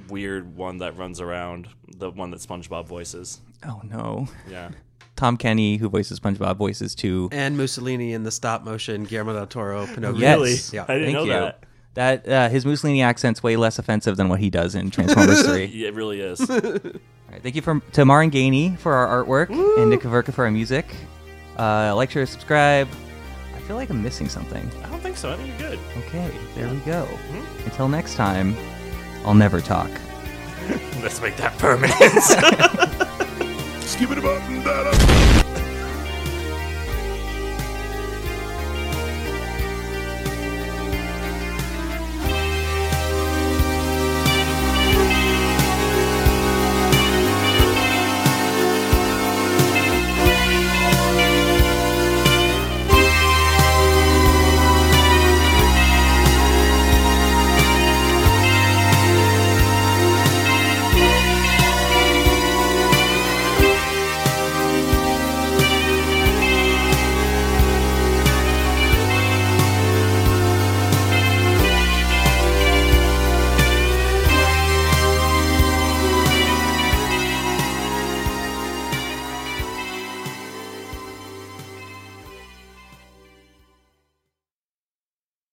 S2: weird one that runs around. The one that SpongeBob voices.
S1: Oh no.
S2: Yeah.
S1: Tom Kenny, who voices SpongeBob, voices too.
S3: And Mussolini in the stop motion Guillermo del Toro Pinocchio.
S1: Yes.
S2: Really?
S3: Yeah.
S2: I didn't
S1: Thank
S2: know
S1: you.
S2: that.
S1: That uh, his Mussolini accent's way less offensive than what he does in Transformers Three.
S2: Yeah, it really is.
S1: All right, thank you for, to Marin Gainey for our artwork and Nick Kaverka for our music. Uh, like, share, subscribe. I feel like I'm missing something.
S2: I don't think so. I think you're good.
S1: Okay, there we go.
S2: Mm-hmm.
S1: Until next time, I'll never talk.
S2: Let's make that permanent.
S4: Skip it up and that